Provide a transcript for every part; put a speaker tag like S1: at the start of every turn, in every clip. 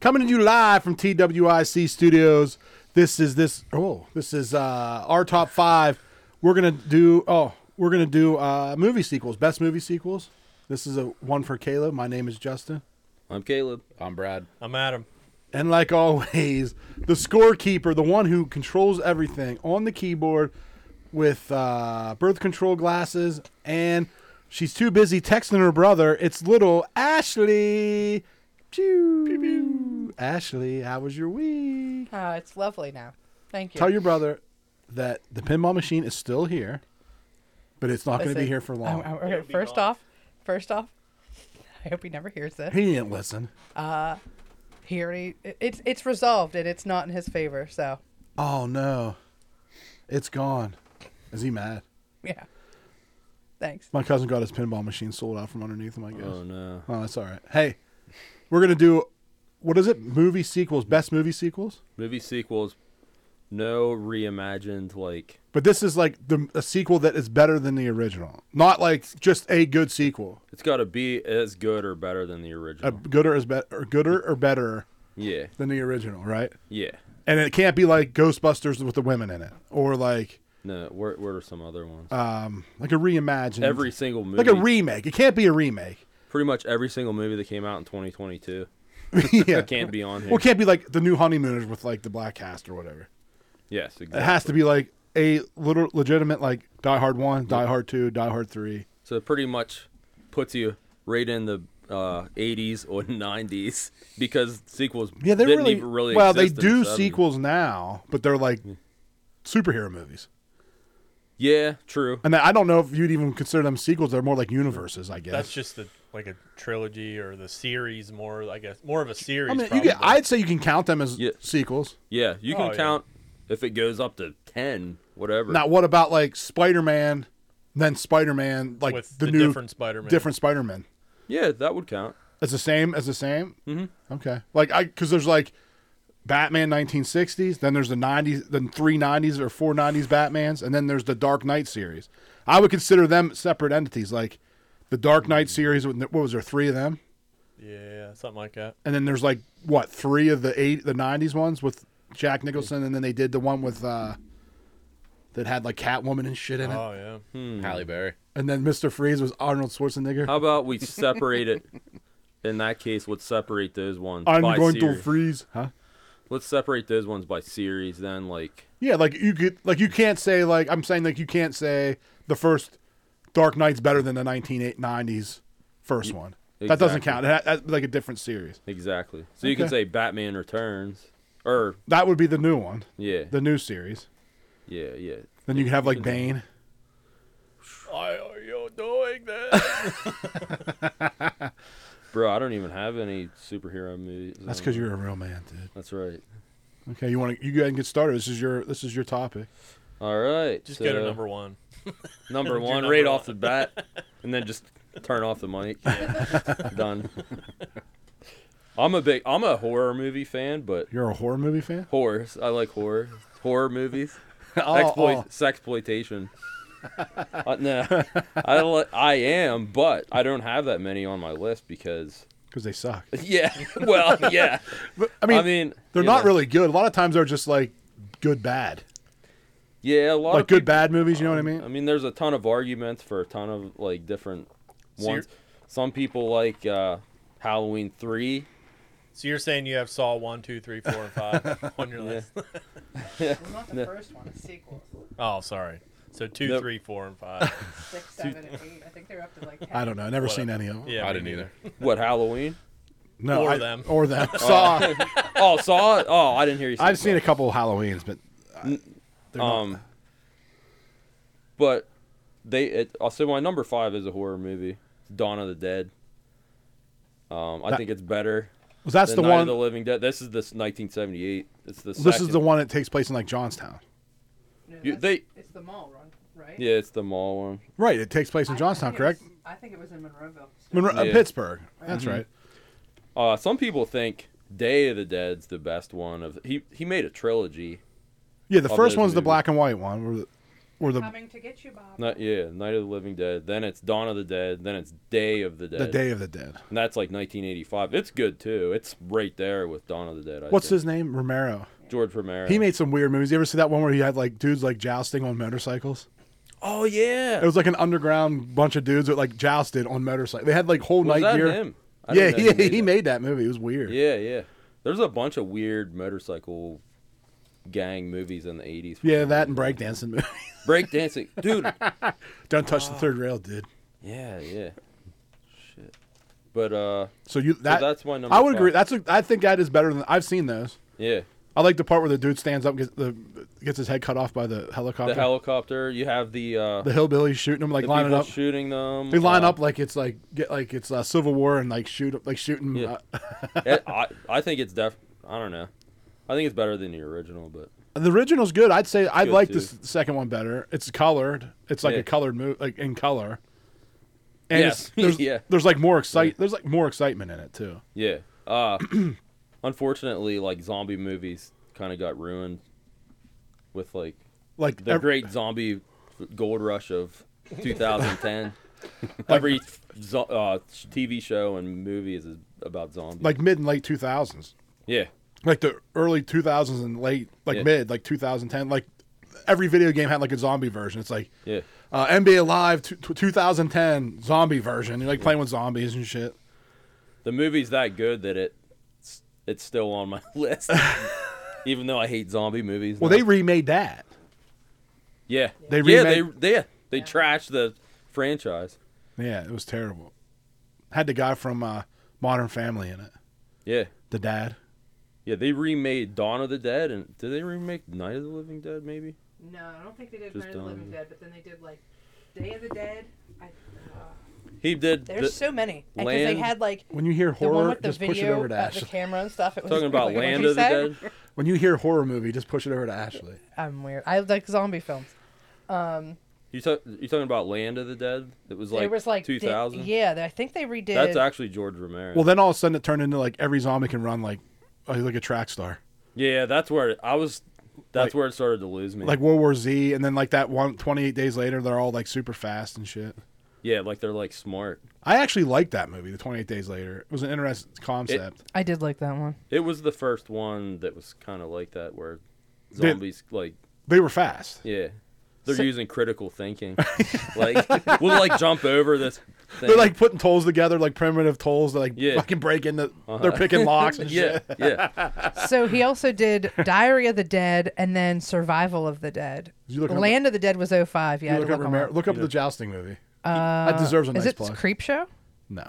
S1: Coming to you live from TWIC Studios. This is this. Oh, this is uh, our top five. We're gonna do. Oh, we're gonna do uh, movie sequels, best movie sequels. This is a one for Caleb. My name is Justin.
S2: I'm Caleb.
S3: I'm Brad.
S4: I'm Adam.
S1: And like always, the scorekeeper, the one who controls everything on the keyboard with uh, birth control glasses, and she's too busy texting her brother. It's little Ashley. Pew. Ashley, how was your week?
S5: Ah, it's lovely now. Thank you.
S1: Tell your brother that the pinball machine is still here, but it's not going to be
S5: Listen,
S1: here for long.
S5: I- I- okay,
S4: be
S5: first
S4: gone.
S5: off, first off, I hope he never hears this.
S1: He didn't listen.
S5: He already, it- it's it's resolved and it's not in his favor. So
S1: Oh no, it's gone. Is he mad?
S5: yeah, thanks.
S1: My cousin got his pinball machine sold out from underneath him. I guess.
S2: Oh no.
S1: Oh, that's all right. Hey, we're gonna do what is it? Movie sequels, best movie sequels.
S2: Movie sequels, no reimagined like
S1: But this is like the a sequel that is better than the original, not like just a good sequel.
S2: it's got to be as good or better than the
S1: A
S2: original.
S1: gooder is better, or gooder or better
S2: yeah.
S1: than the original, right?
S2: Yeah.
S1: And it can't be like Ghostbusters with the women in it, or like
S2: No, what, what are some other ones?
S1: um like a reimagined
S2: every single movie.
S1: like a remake. It can't be a remake.
S2: pretty much every single movie that came out in 2022
S1: yeah,
S2: can't be on here.
S1: Well, it can't be like the new honeymooners with like the black cast or whatever.
S2: Yes,
S1: It
S2: exactly.
S1: has to be like a little legitimate like Die Hard one, Die Hard two, Die Hard three.
S2: So it pretty much puts you right in the uh, 80s or 90s because sequels
S1: Yeah, they
S2: didn't
S1: really,
S2: even really
S1: well. They
S2: exist in Hmm. the
S1: do
S2: 70s.
S1: sequels now, but they're like superhero movies.
S2: Yeah, true.
S1: And I don't know if you'd even consider them sequels. They're more like universes, I guess.
S4: That's just the like a trilogy or the series more. I guess more of a series.
S1: I mean, you
S4: probably.
S1: can, I'd say you can count them as
S2: Yeah.
S1: sequels.
S2: Yeah, you can
S4: Oh, yeah.
S2: count if it goes up to 10, whatever.
S1: Now, what about like Spider Man, then Spider Man, like
S4: with
S1: the,
S4: the,
S1: new
S4: different Spider-Man.
S1: different Spider Man?
S2: yeah, that would count.
S1: As the same as the same. Mm-hmm. Okay, like I because there's like Batman 1960s, then there's the 90s, then three 90s or four 90s Batmans, and then there's the Dark Knight series. I would consider them separate entities. Like the Dark
S4: Mm.
S1: Knight series, what was there three of them,
S4: Yeah, something like that.
S1: and then there's like what three of the eight the 90s ones with Jack Nicholson, and then they did the one with uh that had like Catwoman and shit in it,
S4: Oh yeah.
S3: Halle Berry.
S1: and then Mister Freeze was Arnold Schwarzenegger.
S2: How about we separate it? In that case, let's separate those ones
S1: I'm
S2: by
S1: going to
S2: series.
S1: freeze, huh?
S2: let's separate those ones by series. Then, like,
S1: Yeah, like you could, like you can't say like I'm saying like you can't say the first Dark Knight's better than the 1990s first one. That doesn't
S2: exactly.
S1: count. That, that's like a different series.
S2: exactly. So you can
S1: Okay.
S2: say Batman Returns, or
S1: That would be the new one,
S2: yeah,
S1: the new series.
S2: yeah, yeah.
S1: Then you could have like Bane.
S4: Why are you doing this?
S2: Bro, I don't even have any superhero movies.
S1: That's
S2: Um,
S1: because you're a real man, dude.
S2: That's right.
S1: Okay, you want to you go ahead and get started. This is your this is your topic.
S2: All right.
S4: Just
S2: so
S4: go to number one.
S2: number
S4: your
S2: one
S4: number
S2: right
S4: one.
S2: off the bat, and then just turn off the mic. Done. I'm a big. I'm a horror movie fan, but
S1: You're a horror movie fan.
S2: horrors. I like horror. Horror movies.
S1: Oh,
S2: Exploit,
S1: oh.
S2: Sexploitation. uh, no, I li- I am, but I don't have that many on my list because
S1: Because they suck.
S2: yeah, well, yeah.
S1: But, I mean,
S2: I mean,
S1: they're
S2: you
S1: not
S2: know,
S1: really good. A lot of times they're just like good bad,
S2: yeah. A lot
S1: like
S2: of
S1: good
S2: people-
S1: bad movies. You know what I mean?
S2: I mean, there's a ton of arguments for a ton of like different
S4: So
S2: ones. Some people like uh, Halloween three.
S4: So you're saying you have Saw one, two, three, four, and five on your list?
S5: Well, not the first one. It's sequels.
S4: Oh, sorry. So two,
S2: Nope.
S4: three, four, and five.
S5: Six, seven, and eight. I think they're up to like. 10.
S1: I don't know. I never seen any of them.
S4: Yeah,
S3: I
S4: me
S3: didn't
S4: neither.
S3: either.
S2: What Halloween?
S1: No,
S4: Or
S1: I-
S4: them.
S1: or them. Saw.
S2: Oh, saw it. Oh, I didn't hear you. Say
S1: uh, I've seen
S2: Saw.
S1: a couple of Halloweens, but I, they're not-
S2: Um, but they, it, I'll say my number five is a horror movie. It's Dawn of the Dead. Um, I
S1: That-
S2: think it's better.
S1: Well, that's the
S2: than Night
S1: one.
S2: of the Living Dead. This is this 1978. It's the.
S1: this is
S2: second-
S1: the one that takes place in like Johnstown.
S5: No,
S2: You-
S5: that's-
S2: they-
S5: It's the mall run, right?
S2: Yeah, it's the mall one.
S1: Right, it takes place in
S5: I- I
S1: Johnstown,
S5: think it was-
S1: correct?
S5: I think it was in Monroeville.
S1: Monro- uh,
S2: Yeah. Mm-hmm.
S1: Pittsburgh. That's
S5: Mhm.
S1: right.
S2: Uh, some people think Day of the Dead's the best one of. He he made a trilogy.
S1: Yeah, the
S2: Of
S1: first
S2: those
S1: one's the
S2: movies.
S1: black and white one. Where the, or the
S3: coming to get you, Bob.
S2: Not, yeah, Night of the Living Dead. Then it's Dawn of the Dead. Then it's Day of the Dead.
S1: the Day of the Dead.
S2: And that's like 1985. It's good too. It's right there with Dawn of the Dead. I
S1: What's
S2: think.
S1: his name? Romero.
S2: George Romero.
S1: He made some weird movies. You ever see that one where he had like dudes like jousting on motorcycles?
S2: Oh yeah.
S1: It was like an underground bunch of dudes that like jousted on motorcycles. They had like whole
S2: Was
S1: night
S2: that
S1: gear.
S2: him? I
S1: Yeah,
S2: didn't
S1: he, he,
S2: know that.
S1: made that movie. It was weird.
S2: Yeah, yeah. There's a bunch of weird motorcycle gang movies in the 80s.
S1: Yeah, that and breakdancing movie.
S2: Breakdancing. Dude.
S1: Don't touch the third rail, dude.
S2: Yeah, yeah. Shit. But uh
S1: So you that
S2: that's my number
S1: I would agree.
S2: five.
S1: That's a, I think that is better than I've seen those.
S2: yeah.
S1: I like the part where the dude stands up, and gets the gets his head cut off by the helicopter.
S2: The helicopter, you have the uh
S1: the hillbillies shooting him like
S2: the
S1: lining
S2: people
S1: up.
S2: shooting them.
S1: They line
S2: uh,
S1: up like it's like get like it's uh, Civil War and like shoot like shooting.
S2: Yeah.
S1: uh,
S2: it- I I think it's def I don't know. I think it's better than the original, but
S1: the original's good. I'd say I
S2: Good,
S1: like
S2: too.
S1: this second one better. It's colored. It's like
S2: Yeah.
S1: a colored movie, like in color. And
S2: Yes.
S1: it's- there's,
S2: Yeah.
S1: there's like more excite.
S2: Yeah.
S1: There's like more excitement in it too.
S2: yeah. Uh unfortunately like zombie movies kind of got ruined with like
S1: Like
S2: the
S1: ev-
S2: great zombie gold rush of 2010. Every zo- uh, TV show and movie is about zombies.
S1: like mid and late two thousands.
S2: yeah,
S1: like the early 2000s and late like
S2: Yeah.
S1: mid like 2010 like every video game had like a zombie version it's like
S2: yeah.
S1: uh, nba live t- 2010 zombie version you're like playing with zombies and shit
S2: The movie's that good that it it's still on my list, even though I hate zombie movies.
S1: well
S2: now.
S1: they remade that
S2: yeah
S1: they
S2: yeah
S1: remade-
S2: they yeah they trashed the franchise.
S1: yeah it was terrible had the guy from uh, modern family in it
S2: Yeah.
S1: the dad
S2: Yeah, they remade Dawn of the Dead, and did they remake Night of the Living Dead? Maybe.
S3: No, I don't think they did
S2: Just
S3: Night of the Living
S2: done.
S3: Dead, but then they did like Day of the Dead. I, uh,
S2: He did.
S5: There's
S2: the-
S5: so many because they
S2: Land-
S5: had like
S1: when you hear
S5: the one
S1: horror
S5: with the
S1: just
S5: video
S1: push it over to
S5: of the
S1: ashley
S5: camera and stuff. It was
S2: talking about
S5: like, what'd
S2: Land
S5: you
S2: of the
S5: say?
S2: Dead.
S1: when you hear horror movie just push it over to ashley
S5: I'm weird. I like zombie films. Um,
S2: You talk, you talking about Land of the Dead? It was like
S5: it was like
S2: two
S5: di-
S2: thousand.
S5: yeah, I think they redid.
S2: That's actually George Romero.
S1: well then all of a sudden it turned into like every zombie can run like oh, like a track star
S2: yeah, that's where it, I was. That's
S1: Like-
S2: where it started to lose me.
S1: like World War Z, and then like that one 28 days later, they're all like super fast and shit.
S2: yeah, like they're like smart.
S1: I actually liked that movie, The 28 Days Later. It was an interesting concept.
S5: I did like that one.
S2: It was the first one that was kind of like that, where zombies like
S1: they were fast.
S2: yeah, they're
S5: So-
S2: using critical thinking. like we'll like jump over this. Thing.
S1: They're like putting tolls together, like primitive tolls that like
S2: Yeah.
S1: fucking break into.
S2: Uh-huh.
S1: They're picking locks and
S2: yeah,
S1: shit.
S2: yeah.
S5: so he also did Diary of the Dead and then Survival of the Dead.
S1: Did you look up-
S5: Land of the Dead was 05. Yeah,
S1: You
S5: I
S1: look
S5: had
S1: up
S5: to look,
S1: Romero,
S5: them up.
S1: look up the jousting movie. that deserves a
S5: Is
S1: nice
S5: it
S1: plug.
S5: Creep Show?
S1: no,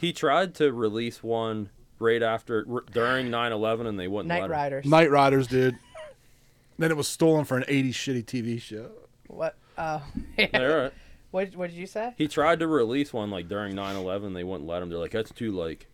S2: He tried to release one right after r- during 9/11, and they wouldn't
S5: Night
S2: let him.
S5: Riders.
S1: Night Riders, dude. then it was stolen for an 80s shitty TV show.
S5: What? Oh,
S2: They're all right.
S5: what? What did you say?
S2: He tried to release one like during 9/11. They wouldn't let him. They're like, that's too like,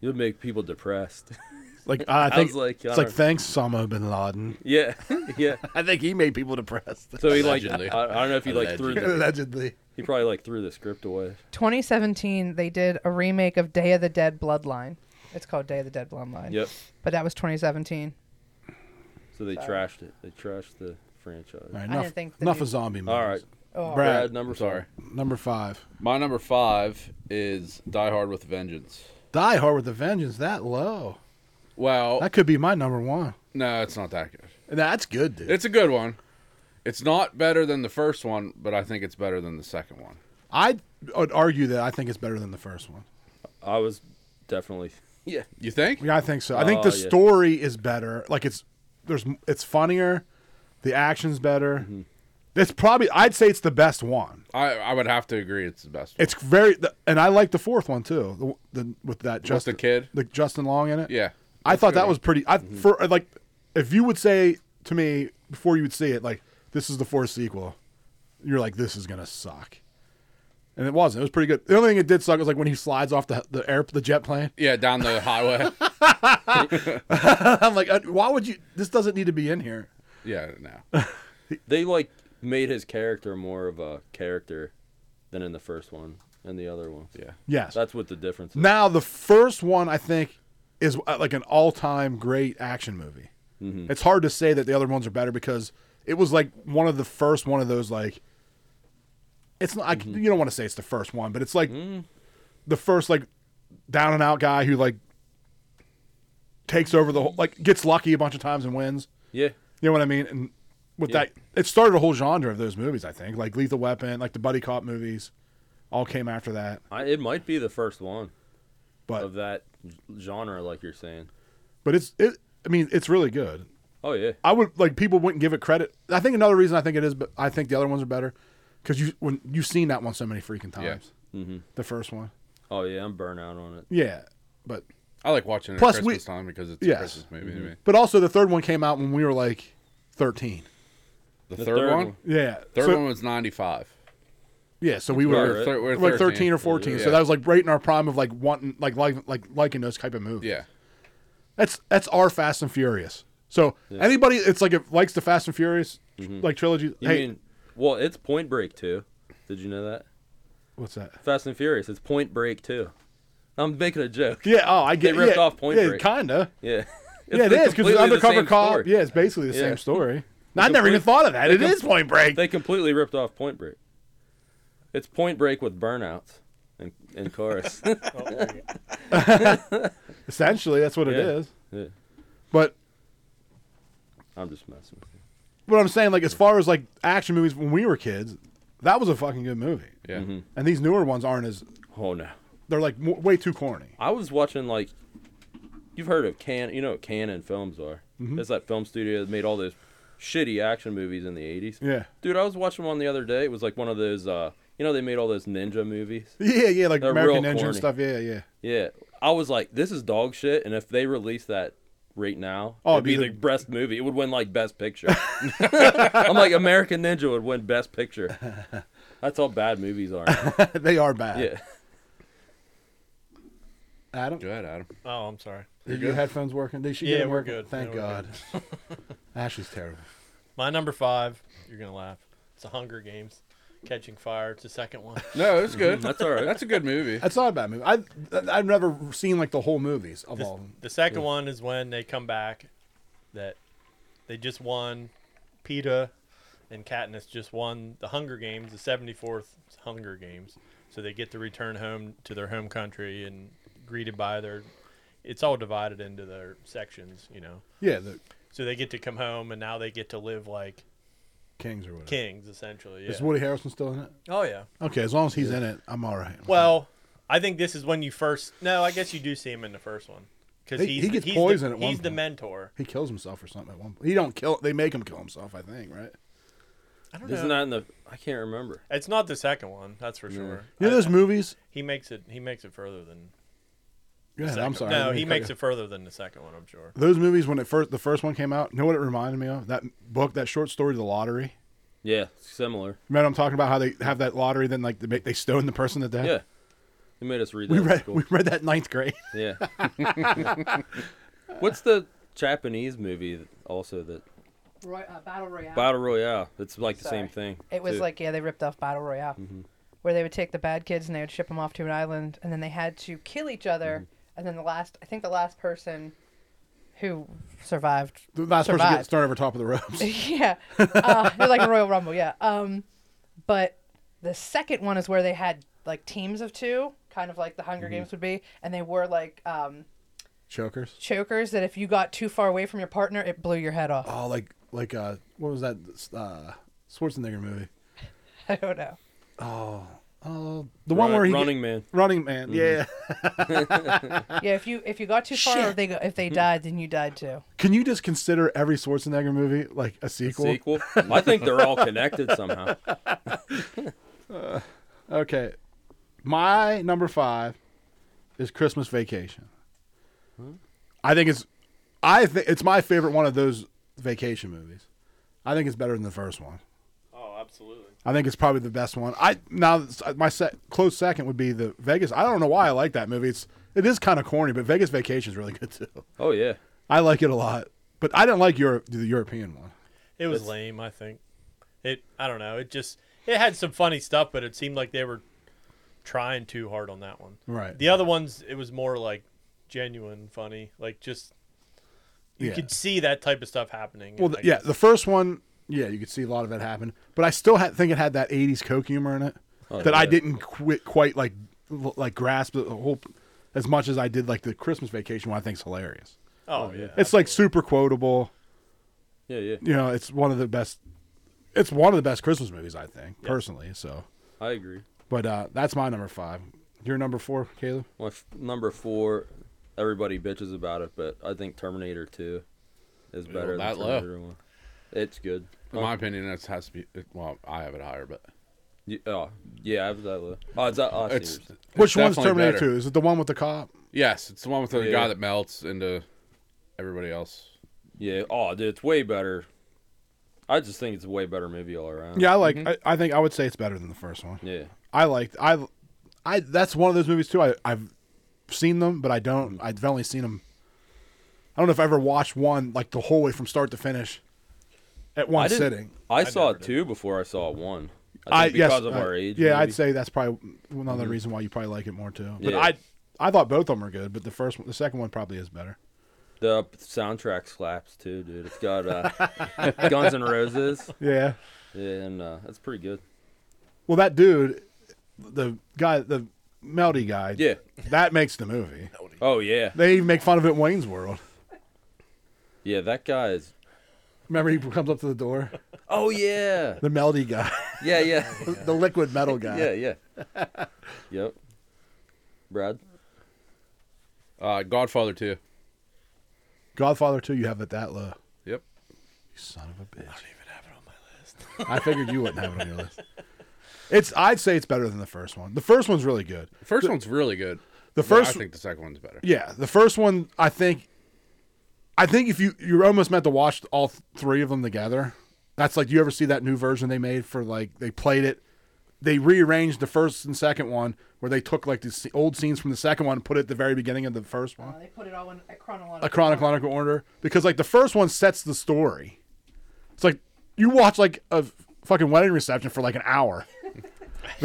S2: you'll make people depressed.
S1: Like I
S2: I
S1: think
S2: was like, I
S1: it's like
S2: don't-
S1: thanks Osama bin Laden.
S2: yeah, yeah.
S1: I think he made people depressed.
S2: So he like,
S6: Allegedly.
S2: I, I don't know if he like threw the,
S1: Allegedly,
S2: he probably like threw the script away.
S5: 2017, they did a remake of Day of the Dead Bloodline. It's called Day of the Dead Bloodline.
S2: Yep.
S5: But that was 2017.
S2: So they trashed it. They trashed the franchise.
S1: All right,
S5: didn't
S1: enough,
S5: think the
S1: enough
S5: dude-
S1: of zombie movies.
S2: All right,
S5: Oh,
S1: Brad.
S2: Brad. Number
S6: Sorry.
S1: number five.
S6: My number five is Die Hard with a Vengeance.
S1: Die Hard with a Vengeance that low.
S6: Well,
S1: That could be my number one.
S6: no, it's not that good.
S1: That's good, dude.
S6: It's a good one. It's not better than the first one, but I think it's better than the second one.
S1: I would argue that I think it's better than the first one.
S2: I was definitely. Yeah.
S6: You think?
S1: Yeah, I think so. I think the
S2: Oh, yeah.
S1: story is better. Like it's there's it's funnier, the action's better.
S6: Mm-hmm.
S1: It's probably I'd say it's the best one.
S6: I, I would have to agree it's the best one.
S1: It's very the- and I like the fourth one too. The, the with that Justin
S6: the kid?
S1: the Justin Long in it.
S6: yeah.
S1: I
S6: That's
S1: thought
S6: good Mm-hmm.
S1: that
S6: one.
S1: was pretty. I for uh, like, if you would say to me before you would see it, like this is the fourth sequel, you're like this is gonna suck, and it wasn't. It was pretty good. The only thing it did suck was like when he slides off the the air the jet plane.
S6: Yeah, down the highway.
S1: I'm like, uh, why would you? This doesn't need to be in here.
S6: yeah, no.
S2: They like made his character more of a character than in the first one and the other one.
S6: Yeah.
S1: Yes.
S2: That's what the difference. Is.
S1: now the first one I think
S2: Mm-hmm.
S1: is uh, like an all time great action movie. It's hard to say that the other ones are better because it was like one of the first one of those like it's not I,
S2: Mm-hmm.
S1: you don't want to say it's the first one, but it's like
S2: Mm.
S1: the first like down and out guy who like takes over the whole like gets lucky a bunch of times and wins.
S2: Yeah.
S1: You know what I mean? And with
S2: Yeah.
S1: that, it started a whole genre of those movies. I think like Lethal Weapon, like the buddy cop movies, all came after that.
S2: I, it might be the first one
S1: But
S2: of that genre, like you're saying.
S1: but it's it. I mean, it's really good.
S2: Oh yeah.
S1: I would like people wouldn't give it credit. I think another reason I think it is, but I think the other ones are better because you when you've seen that one so many freaking
S6: Yeah.
S1: times. The first one,
S2: Mm-hmm. Oh yeah. I'm burnt out on it.
S1: yeah, but
S6: I like watching it
S1: Plus,
S6: at
S1: we-
S6: Christmas time because it's
S1: Yes.
S6: a Christmas movie.
S2: Mm-hmm.
S6: to me.
S1: but also the third one came out when we were like thirteen.
S6: The,
S2: The
S6: third,
S2: third
S6: one,
S2: one.
S1: Yeah,
S6: third
S1: so,
S6: one was ninety five.
S1: Yeah, so we
S2: We
S1: were
S2: were Right.
S6: Thir- we're
S1: like thirteen or fourteen. So
S6: Yeah.
S1: that was like right in our prime of like wanting, like like like liking those type of movies.
S6: Yeah,
S1: That's that's our Fast and Furious. So anybody, it's like if likes the Fast and Furious like trilogy.
S2: You
S1: hey,
S2: mean? Well, it's Point Break too. Did you know that?
S1: what's that?
S2: Fast and Furious. It's Point Break too. I'm making a joke.
S1: Yeah. Oh, I get.
S2: ripped
S1: yeah,
S2: off Point
S1: Yeah,
S2: Break.
S1: kinda.
S2: Yeah.
S1: yeah, it is
S2: like
S1: because
S2: completely
S1: it's
S2: the
S1: undercover
S2: same
S1: cop.
S2: story.
S1: Yeah, it's basically the
S2: Yeah.
S1: same story. I never
S2: complete-
S1: even thought of that.
S2: they
S1: It
S2: com-
S1: is Point Break.
S2: They completely ripped off Point Break. It's Point Break with burnouts and and chorus.
S1: Essentially, that's what it
S2: Yeah.
S1: is.
S2: Yeah.
S1: But
S2: I'm just messing with you.
S1: what I'm saying, like as far as like action movies when we were kids, that was a fucking good movie.
S6: yeah.
S2: Mm-hmm.
S1: And these newer ones aren't as.
S2: Oh no.
S1: They're like mo- way too corny.
S2: I was watching like you've heard of Can you know what Canon Films are.
S1: Mm-hmm.
S2: That's that film studio that made all those shitty action movies in the eighties.
S1: Yeah.
S2: Dude, I was watching one the other day. It was like one of those uh you know they made all those ninja movies.
S1: Yeah, yeah, like
S2: They're
S1: American
S2: real
S1: Ninja and
S2: corny.
S1: stuff. Yeah, yeah.
S2: Yeah. I was like, this is dog shit and if they release that right now,
S1: Oh,
S2: it'd be
S1: it'd be
S2: the best movie. It would win like best picture. I'm like American Ninja would win best picture. That's how bad movies are. now.
S1: they are bad.
S2: Yeah.
S1: Adam,
S6: Go ahead, Adam.
S4: Oh, I'm sorry.
S1: are your headphones working? They should
S4: Yeah,
S1: get them
S4: we're
S1: working.
S4: good.
S1: Thank
S4: Yeah, we're
S1: God. Ashley's terrible.
S4: My number five. You're gonna laugh. It's The Hunger Games. Catching Fire. It's the second one.
S6: No, it's good.
S2: Mm-hmm. That's all right.
S6: That's a good movie.
S1: That's not a bad movie. I I've never seen like the whole movies of
S4: This-
S1: all of them.
S4: the second one is when they come back that they just won PETA and Katniss just won the Hunger Games, the 74th Hunger Games. So they get to return home to their home country and greeted by their it's all divided into their sections, you know.
S1: Yeah, the
S4: So they get to come home and now they get to live like
S1: Kings or whatever.
S4: kings essentially.
S1: Is
S4: Yeah.
S1: Woody Harrelson still in it?
S4: Oh yeah.
S1: Okay, as long as he's in it, I'm all right.
S4: Well, I think this is when you first No, I guess you do see him in the first one. Cuz
S1: He-
S4: he's
S1: he
S4: the-
S1: gets
S4: he's
S1: poisoned
S4: the,
S1: at one
S4: He's the
S1: point.
S4: mentor.
S1: he kills himself or something at one point. He don't kill. They make him kill himself. I think right.
S4: I don't
S2: Isn't
S4: know.
S2: that in the I can't remember.
S4: It's not the second one, that's for sure.
S1: You know
S4: I-
S1: those movies.
S4: he makes it. He makes it further than.
S1: Go
S4: the
S1: ahead, I'm
S4: second-
S1: sorry. I
S4: No,
S1: didn't
S4: he
S1: mean to
S4: makes
S1: cut
S4: it further than the second one. I'm sure.
S1: you. Those movies when it first the first one came out. You know what it reminded me of? That book, that short story, The Lottery.
S2: Yeah, similar.
S1: Remember I'm talking about how they have that lottery, then like they, make, they stone the person to death.
S2: Yeah. They made us read that.
S1: we
S2: in
S1: read
S2: school.
S1: we read that in ninth grade.
S2: Yeah. What's the Japanese movie that- also that
S5: Roy, uh, Battle Royale.
S2: Battle Royale? It's like the same thing.
S5: It was
S2: too.
S5: like yeah, they ripped off Battle Royale,
S1: Mm-hmm.
S5: where they would take the bad kids and they would ship them off to an island, and then they had to kill each other,
S1: Mm-hmm.
S5: and then the last, I think the last person who survived,
S1: The last person gets
S5: survived.
S1: thrown over top of the ropes.
S5: yeah, uh, they're like a Royal Rumble, yeah. Um, but the second one is where they had like teams of two, kind of like the Hunger
S1: Mm-hmm.
S5: Games would be, and they were like um,
S1: Chokers.
S5: chokers that if you got too far away from your partner, it blew your head off.
S1: Oh, like like uh, what was that uh, Schwarzenegger movie?
S5: I don't know.
S1: Oh, the
S2: Run-
S1: one where he
S2: Running Man.
S1: Running Mm-hmm. Man. Yeah.
S5: Yeah, if you if you got too far, or they go, if
S1: Mm-hmm.
S5: they died, then you died too.
S1: Can you just consider every Schwarzenegger movie like a sequel?
S2: Sequel. I think they're all connected somehow.
S1: Okay, my number five is Christmas Vacation. I think it's, I think it's my favorite one of those vacation movies. I think it's better than the first one.
S4: Oh, absolutely.
S1: I think it's probably the best one. I now s- my se- close second would be the Vegas. I don't know why I like that movie. It's it is kind of corny, but Vegas Vacation is really good too.
S2: Oh yeah.
S1: I like it a lot, but I didn't like Europe, the European one.
S4: It was lame. I think. It. I don't know. It just. It had some funny stuff, but it seemed like they were trying too hard on that one.
S1: Right.
S4: The other ones, it was more like genuine funny, like just. You
S1: Yeah.
S4: could see that type of stuff happening.
S1: Well,
S4: I
S1: th yeah,
S4: guess.
S1: the first one Yeah, you could see a lot of it happen. But I still had, think it had that '80s Coke humor in it
S2: Oh,
S1: that I
S2: yeah.
S1: didn't quit quite like l- like grasp the whole as much as I did like the Christmas Vacation, one I think's hilarious.
S4: Oh, yeah.
S1: It's like super quotable.
S2: Yeah, yeah.
S1: You know, it's one of the best. It's one of the best Christmas movies I think
S4: Yeah.
S1: personally. So,
S2: I agree.
S1: but uh, that's my number five. Your number four, Caleb.
S2: My f- number four, everybody bitches about it, but I think Terminator Two is
S6: Ooh,
S2: better
S6: that
S2: than
S6: low.
S2: Terminator One. It's good.
S6: In my opinion, it has to be. It, well, I have it higher, but
S2: You, oh, yeah, I have that low. Oh, it's, that- oh, I see what
S6: It's-
S2: you're saying.
S1: Which one's
S6: definitely
S1: Terminator
S6: better.
S1: Two? Is it the one with the cop?
S6: yes, it's the one with the
S2: Yeah.
S6: guy that melts into everybody else.
S2: yeah. Oh, dude, it's way better. I just think it's a way better movie all around.
S1: Yeah, I like. I, I think I would say it's better than the first one.
S2: Yeah.
S1: I liked. I, I. That's one of those movies too. I, I've seen them, but I don't. I've only seen them. I don't know if I ever watched one like the whole way from start to finish, at
S2: I
S1: one
S2: didn't-
S1: sitting.
S2: I, saw
S4: never
S2: it
S4: did.
S2: two before I saw one.
S1: I
S2: I think
S1: yes,
S2: because of
S1: I-
S2: our age.
S1: Yeah,
S2: maybe. Mm-hmm.
S1: I'd say that's probably another reason why you probably like it more too. But
S2: Yeah.
S1: I, I thought both of them are good, but the first, one, the second one probably is better.
S2: the soundtrack slaps too, dude. It's got uh, Guns N' Roses.
S1: Yeah.
S2: Yeah, and uh, that's pretty good.
S1: Well, that dude, the guy, the Melody guy.
S2: Yeah.
S1: That makes the movie.
S2: Oh yeah,
S1: They even make fun of it in Wayne's World.
S2: yeah. That guy is.
S1: Remember, he comes up to the door.
S2: Oh yeah,
S1: The Melody guy,
S2: yeah, yeah,
S1: the liquid metal guy.
S2: yeah, yeah. Yep. Brad.
S6: Uh, Godfather Two.
S1: Godfather 2, you have it that low.
S6: Yep.
S1: You son of a bitch. I don't even have it on my list. I figured you wouldn't have it on your list. It's I'd say it's better than the first one. The first one's really good.
S6: The first one's really good.
S1: The
S6: but
S1: first
S6: I think the second one's better.
S1: Yeah, the first one I think I think if you you're almost meant to watch all th- three of them together. That's like you ever see that new version they made for like they played it they rearranged the first and second one where they took like the s- old scenes from the second one and put it at the very beginning of the first one.
S5: Uh, they put it all in a chronological.
S1: a chronological order because like the first one sets the story. It's like you watch like a fucking wedding reception for like an hour.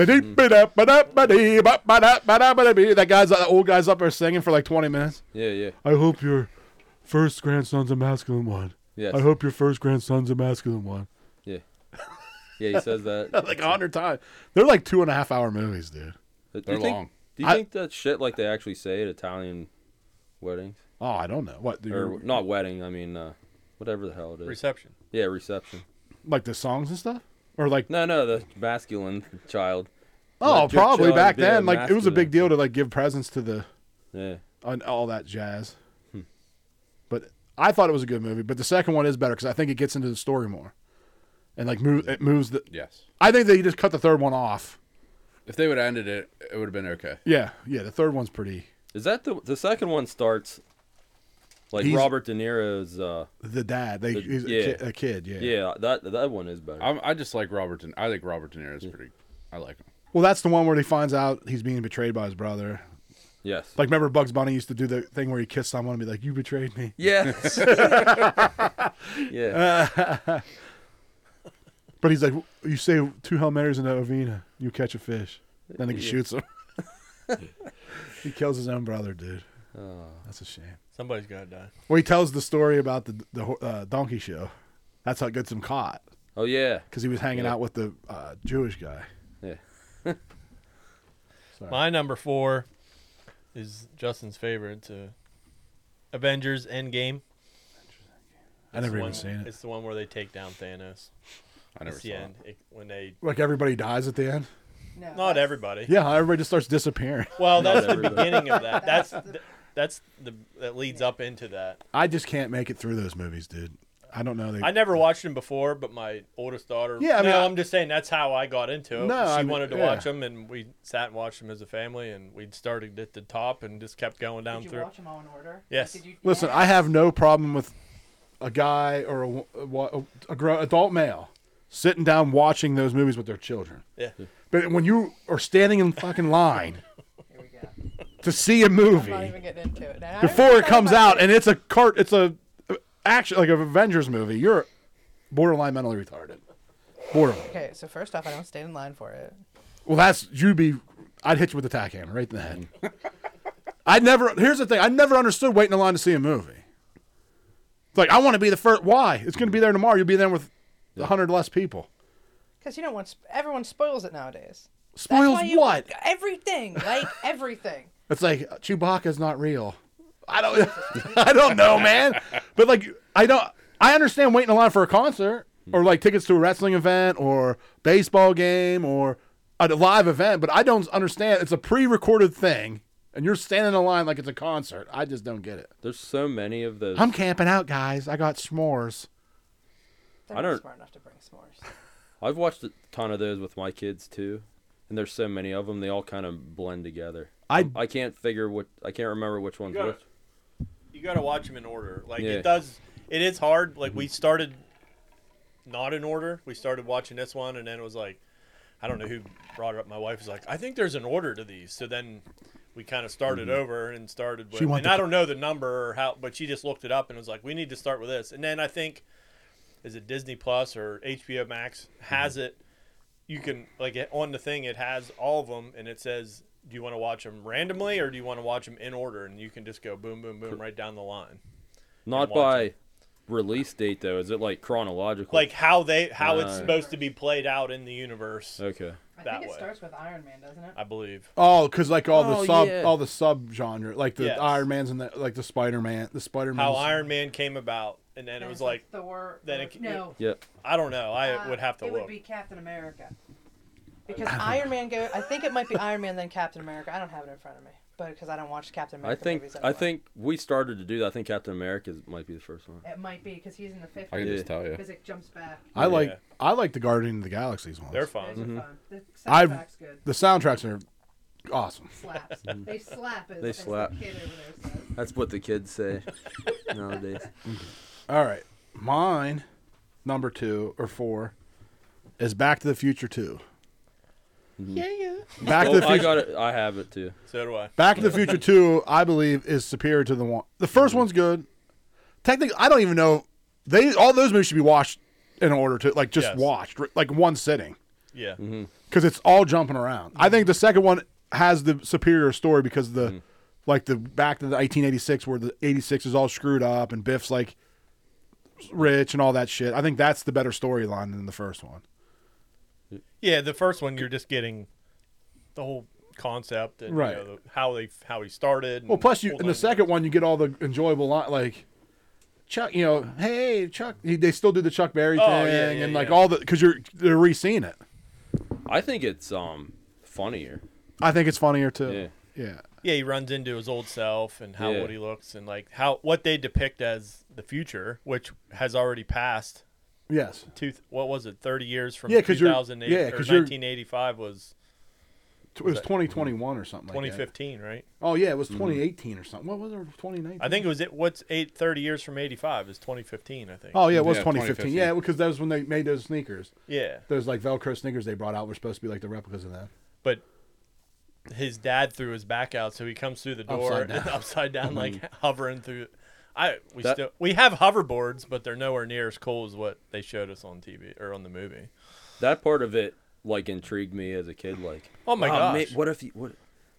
S1: that guy's that old guy's up there singing for like twenty minutes.
S2: Yeah, yeah.
S1: I hope your first grandson's a masculine one.
S2: Yes.
S1: I hope your first grandson's a masculine one.
S2: Yeah. Yeah, he says that.
S1: Like a hundred times. They're like two and a half hour movies, dude.
S2: But do
S6: They're
S2: you think,
S6: long.
S2: Do you
S1: I-
S2: think that shit like they actually say at Italian weddings
S1: Oh, I don't know what
S2: or
S1: your,
S2: not wedding? I mean, uh, whatever the hell it is.
S4: Reception.
S2: yeah, reception.
S1: like the songs and stuff, or like
S2: No, no, the masculine child.
S1: oh,
S2: Let your
S1: probably
S2: child
S1: back
S2: be
S1: then. Like it was a
S2: masculine.
S1: big deal to like give presents to the
S2: Yeah.
S1: and all that jazz. But I thought it was a good movie. But the second one is better because I think it gets into the story more, and like move it moves the.
S6: Yes.
S1: I think they just cut the third one off.
S6: If they would have ended it, it would have been okay.
S1: Yeah, yeah. The third one's pretty.
S2: Is that the the second one starts like
S1: He's-
S2: Robert De Niro's? Uh,
S1: The dad, they
S2: The-
S1: he's a,
S2: yeah.
S1: kid, a kid. Yeah.
S2: yeah, that that one is better.
S6: I'm, I just like Robert. De, I think Robert De Niro's pretty. I like him.
S1: Well, that's the one where he finds out he's being betrayed by his brother.
S2: yes.
S1: Like, remember Bugs Bunny used to do the thing where he kissed someone and be like, "You betrayed me."
S2: yes.
S1: Uh,
S2: yeah.
S1: But he's like, "You say two Hail Marys in the Ovina, you catch a fish." Then he
S2: Yeah.
S1: shoots him. he kills his own brother, dude.
S2: Oh.
S1: That's a shame.
S4: Somebody's got to die.
S1: Well, he tells the story about the the uh, donkey show. That's how it gets him caught
S2: Oh, yeah.
S1: because he was hanging
S2: Yeah.
S1: out with the uh, Jewish guy.
S2: Yeah.
S4: My number four is Justin's favorite, uh, Avengers Endgame.
S1: I never
S4: the
S1: even
S4: one-
S1: seen it.
S4: It's the one where they take down Thanos.
S6: I never
S4: it's
S6: saw
S4: the
S6: it.
S4: end. It, when they
S1: Like everybody dies at the end.
S5: No,
S4: not
S5: that's-
S4: everybody.
S1: Yeah, everybody just starts disappearing.
S4: Well,
S2: Not
S4: that's the
S2: everybody.
S4: beginning of that. That's
S5: That's
S4: th- that's the that leads up into that.
S1: I just can't make it through those movies, dude. I don't know. They,
S4: I never watched them before, but my oldest daughter.
S1: Yeah, I mean,
S4: no,
S1: I-
S4: I'm just saying that's how I got into it.
S1: No,
S4: she
S1: I mean,
S4: wanted to
S1: yeah.
S4: watch them, and we sat and watched them as a family, and we started at the top and just kept going down
S5: Did you
S4: through.
S5: watch them all in order?
S4: Yes.
S5: Did you,
S1: Listen, I have no problem with a guy or a, wo- a, wo- a grown adult male sitting down watching those movies with their children.
S4: Yeah,
S1: But when you are standing in fucking line
S5: Here we go.
S1: to see a
S5: I'm not
S1: movie
S5: even getting into it. Now, I
S1: before
S5: remember
S1: it comes
S5: talking
S1: out
S5: about
S1: and it's a cart it's a action like an avengers movie you're borderline mentally retarded borderline
S5: it. Okay, so first off, I don't stand in line for it.
S1: well that's you'd be i'd hit you with a tack hammer right in the head i never here's the thing i never understood waiting in line to see a movie it's like i want to be the first why it's going to be there tomorrow you'll be there with a 100 less people.
S5: Because you don't want sp- everyone spoils it nowadays. That's
S1: Spoils
S5: why you-
S1: what?
S5: Everything, like everything.
S1: It's like Chewbacca's not real. I don't I don't know, man. But like I don't I understand waiting in line for a concert or like tickets to a wrestling event or baseball game or a live event, but I don't understand it's a pre-recorded thing and you're standing in line like it's a concert. I just don't get it.
S2: There's so many of those.
S1: I'm camping out, guys. I got s'mores.
S5: They're
S2: I
S5: not
S2: don't-
S5: smart enough to bring s'mores.
S2: I've watched a ton of those with my kids too, and there's so many of them. They all kind of blend together. Um,
S1: I-
S2: I can't figure what I can't remember which one's
S4: got
S2: which.
S4: it. you gotta watch them in order. Like
S2: Yeah.
S4: it does, it is hard. Like we started not in order. We started watching this one, and then it was like, I don't know who brought it up. My wife was like, I think there's an order to these. So then we kind of started over and started with.
S1: She want
S4: and
S1: the-
S4: I don't know the number or how, but she just looked it up and was like, we need to start with this. And then I think is it Disney Plus or HBO Max has it. You can like it- on the thing it has all of them, and it says. Do you want to watch them randomly, or do you want to watch them in order? And you can just go boom, boom, boom right down the line.
S2: Not
S4: and watch
S2: by release date though. Is it like chronological?
S4: like how they how it's
S2: Right.
S4: supposed to be played out in the universe.
S2: okay.
S5: I
S4: That
S5: think it
S4: way.
S5: starts with Iron Man, doesn't it?
S4: I believe.
S1: Oh, cuz like all
S2: Oh,
S1: the sub
S2: yeah.
S1: all the sub genre, like the
S4: Yes.
S1: Iron Man's and the like the Spider-Man, the Spider-Man.
S4: How Iron Man came about, and then it
S5: And
S4: was
S5: it's
S4: like
S5: Thor.
S4: then
S5: or-
S4: it-
S5: no,
S2: Yeah.
S4: I don't know. I
S5: uh,
S4: would have to
S5: It
S4: look.
S5: would be Captain America. Because Iron Man go. I think it might be Iron Man then Captain America. I don't have it in front of me, but because I don't watch
S2: I
S5: Captain America
S2: think
S5: movies
S2: I
S5: anyway.
S2: think we started to do that. I think Captain America is- might be the first one.
S5: it might be because he's in the
S6: I can
S5: fifties.
S2: Yeah.
S6: just tell you.
S5: Because it jumps back.
S1: I like
S4: Yeah.
S1: I like the Guardian of the Galaxies ones.
S4: They're
S5: Those
S4: fun.
S5: are fun. The
S1: Mm-hmm. I've-
S5: soundtrack's good.
S1: the soundtracks are awesome.
S5: Slaps. they slap as,
S2: They
S5: as the
S2: slap.
S5: kid over there says.
S2: That's what the kids say nowadays.
S1: All right. Mine, number two or four, is Back to the Future 2. Yeah, yeah. Back to
S2: Oh,
S1: the
S2: I
S1: Future.
S2: got it. I have it too.
S4: So do Mm-hmm. I.
S1: Back to the Future 2, I believe, is superior to the one. The first one's good. Technically, I don't even know. They all those movies should be watched in order to like just
S4: Yes.
S1: watched like one sitting
S4: Yeah.
S1: because it's all jumping around. I think the second one has the superior story because the
S4: Mm.
S1: like the back to the 1886 where the 86 is all screwed up and Biff's like rich and all that shit. I think that's the better storyline than the first one.
S4: Yeah. The first one, you're just getting the whole concept and you
S1: Right.
S4: know, the- how they how he started. and
S1: Well, plus you
S4: whole
S1: in the
S4: thing.
S1: second one you get all the enjoyable line like Chuck, you know, hey Chuck, he, they still do the Chuck Berry
S4: Oh,
S1: thing
S4: yeah, yeah,
S1: and like
S4: yeah.
S1: all the because you're they're re-seeing it.
S2: I think it's um funnier.
S1: I think it's funnier too.
S2: Yeah.
S1: Yeah,
S4: Yeah, he runs into his old self and how
S2: Yeah.
S4: old he looks and like how what they depict as the future, which has already passed.
S1: yes,
S4: Two, what was it? Thirty years from
S1: Yeah, 'cause you're-
S4: 2008
S1: yeah,
S4: or
S1: 'cause you're-
S4: 1985 was
S1: it was 2021 or something. like that.
S4: 2015, right?
S1: Oh yeah, it was
S4: Mm-hmm.
S1: 2018 or something. What was it? 2019.
S4: I think it was it. What's eight thirty years from eighty five is twenty fifteen. I think.
S1: Oh yeah, it was
S6: Yeah,
S1: 2015. Yeah, because that was when they made those sneakers.
S4: Yeah,
S1: Those like Velcro sneakers they brought out were supposed to be like the replicas of that.
S4: but his dad threw his back out, so he comes through the door
S1: Upside down.
S4: and upside down, like hovering through. I we
S2: Mm-hmm. That-
S4: still we have hoverboards, but they're nowhere near as cool as what they showed us on TV or on the movie.
S2: That part of it like intrigued me as a kid. Like,
S4: Oh my
S2: wow,
S4: gosh.
S2: what if you what?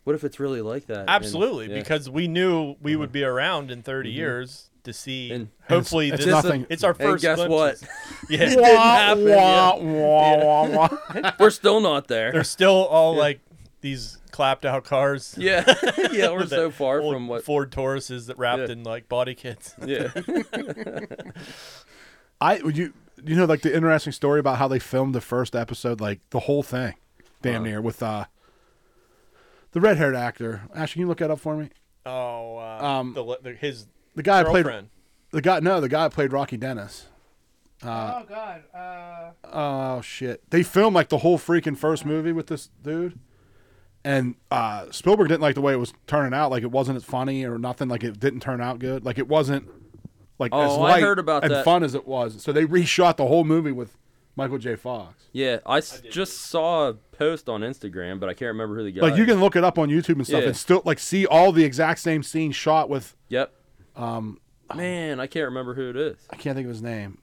S2: What if it's really like that? And-
S4: Absolutely,
S2: yeah. Mm-hmm.
S4: because we knew we would be around in 30 years to see.
S2: And-
S4: hopefully,
S1: it's
S4: this
S1: nothing.
S4: it's our
S2: And
S4: first.
S2: guess
S4: glimpses.
S2: what?
S4: Yeah, it didn't happen. yeah.
S2: We're still not there.
S4: They're still all like these clapped out cars.
S2: yeah, yeah, we're
S4: The
S2: so far
S4: old
S2: from what.
S4: Ford Tauruses that wrapped
S2: Yeah.
S4: in like body kits.
S2: Yeah,
S1: I would you you know like the interesting story about how they filmed the first episode, like the whole thing, damn near with uh the red haired actor. Ashley, can you look that up for me?
S4: Oh, uh,
S1: Um,
S4: the, le- the, his
S1: The guy who played
S4: girlfriend.
S1: the guy no the guy who played Rocky Dennis.
S5: oh God. Uh,
S1: Oh shit! They filmed like the whole freaking first movie with this dude, and uh, Spielberg didn't like the way it was turning out. Like it wasn't as funny or nothing. Like it didn't turn out good. Like it wasn't like as
S2: Oh, I
S1: light
S2: heard about
S1: and
S2: that.
S1: fun as it was. So they reshot the whole movie with Michael J. Fox.
S2: yeah. I s- just saw a post on Instagram, but I can't remember who the guy.
S1: Like you
S2: is.
S1: can look it up on YouTube and stuff,
S2: Yeah.
S1: and still like see all the exact same scene shot with
S2: Yep. Um, man, I can't remember who it is.
S1: I can't think of his name.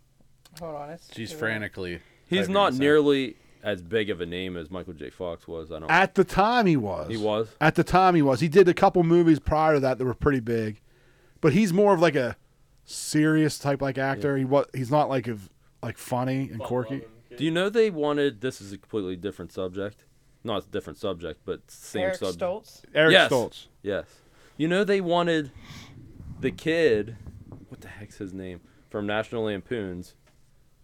S5: hold on. It's
S6: She's
S5: too-
S6: frantically.
S2: He's
S6: typing
S2: not
S6: this out.
S2: nearly as big of a name as Michael J. Fox was. I don't.
S1: At the time, he was.
S2: He was?
S1: At the time, he was. He did a couple movies prior to that that were pretty big, but he's more of like a serious type like actor. He was. He's not like of like funny and quirky.
S2: Do you know they wanted? This is a completely different subject. Not a different subject, but same
S5: Eric
S2: subject.
S5: Stoltz.
S1: Eric
S2: Yes.
S1: Stoltz.
S2: Yes. You know they wanted the kid. What the heck's his name from National Lampoons?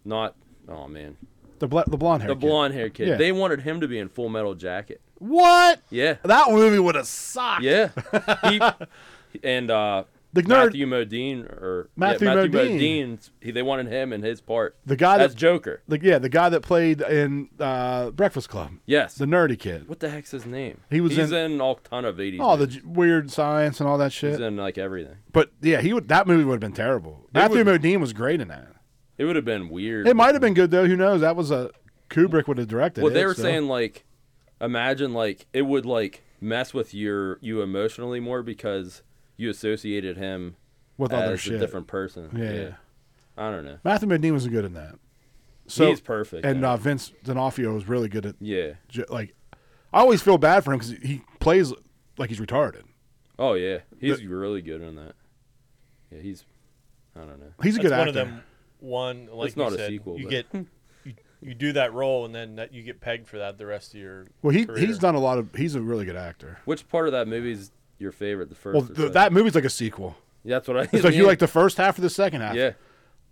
S2: Not. Oh man,
S1: The bl- the blonde hair.
S2: the blonde hair kid.
S1: Yeah.
S2: They wanted him to be in Full Metal Jacket.
S1: What?
S2: Yeah.
S1: That movie would have sucked.
S2: Yeah. he, and uh,
S1: The nerd-
S2: Matthew Modine or
S1: Matthew
S2: yeah, Matthew
S1: Modine.
S2: Modine's- he, they wanted him in his part
S1: The guy
S2: as
S1: that-
S2: Joker.
S1: Like yeah, the guy that played in uh, Breakfast Club,
S2: Yes.
S1: the nerdy kid.
S2: what the heck's his name?
S1: He was
S2: He's
S1: in-
S2: in, all ton of 80s.
S1: Oh, the j- weird science and all that
S2: He's
S1: shit.
S2: in like everything.
S1: but yeah, he would. That movie would have been terrible. Matthew
S2: would-
S1: Modine was great in that.
S2: It would have been weird.
S1: It might have been good though. Who knows? That was a Kubrick would have directed.
S2: Well,
S1: it,
S2: they were
S1: so-
S2: saying like, imagine like it would like mess with your you emotionally more because you associated him
S1: with
S2: as
S1: other
S2: a
S1: shit.
S2: different person.
S1: Yeah, yeah.
S2: I don't know.
S1: Matthew Modine was good in that. So
S2: He's perfect.
S1: And
S2: though.
S1: uh, Vince D'Onofrio was really good at
S2: yeah.
S1: j- like. I always feel bad for him because he plays like he's retarded.
S2: Oh yeah, he's really good in that. Yeah, he's. I don't know.
S1: He's a
S4: That's
S1: good actor.
S4: one of them. One like
S2: It's not
S4: you
S2: a
S4: said,
S2: sequel,
S4: you
S2: but-
S4: get you, you do that role and then that, you get pegged for that the rest of your.
S1: Well, he
S4: career.
S1: he's done a lot of. He's a really good actor.
S2: Which part of that movie is your favorite? The first.
S1: Well,
S2: or
S1: th-
S2: second?
S1: that movie's like a sequel.
S2: Yeah, that's what I.
S1: It's like you like the first half or the second half.
S2: Yeah. Mm-hmm.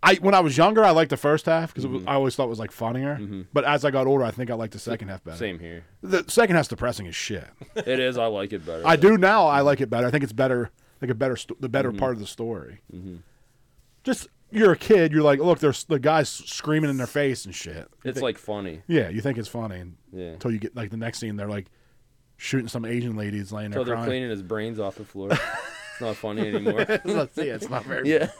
S1: I when I was younger, I liked the first half because I always thought it was like funnier. But as I got older, I think I liked the second half better.
S2: Same here.
S1: The second half's depressing as shit.
S2: It is. I like it better.
S1: I
S2: though.
S1: do now. I like it better. I think it's better, like a better, st- the better
S2: Mm-hmm.
S1: part of the story. Just you're a kid. You're like, look, there's the guys screaming in their face and shit. You
S2: It's
S1: think-
S2: like funny.
S1: yeah, you think it's funny and,
S2: Yeah.
S1: until you get like the next scene. They're like shooting some Asian ladies laying there
S2: Until they're
S1: crying.
S2: cleaning his brains off the floor. it's not funny anymore.
S1: Let's see. It's not very.
S2: yeah.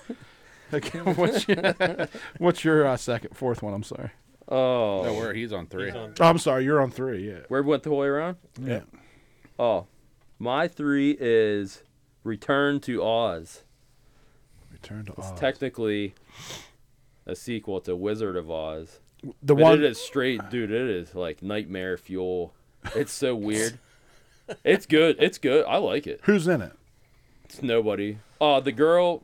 S1: Okay, what's your, what's your uh, second, fourth one? I'm sorry.
S2: Oh.
S6: No, where he's on three.
S4: He's on-
S1: Oh, I'm sorry. You're on three. Yeah.
S2: Where went the whole way around?
S1: Yeah.
S2: Oh, my three is Return to Oz.
S1: Return to
S2: It's
S1: Oz.
S2: technically a sequel to Wizard of Oz.
S1: the
S2: but
S1: one.
S2: it is straight, dude. It is like nightmare fuel. It's so weird. it's good. It's good. I like it.
S1: Who's in it?
S2: It's nobody. Oh, the girl,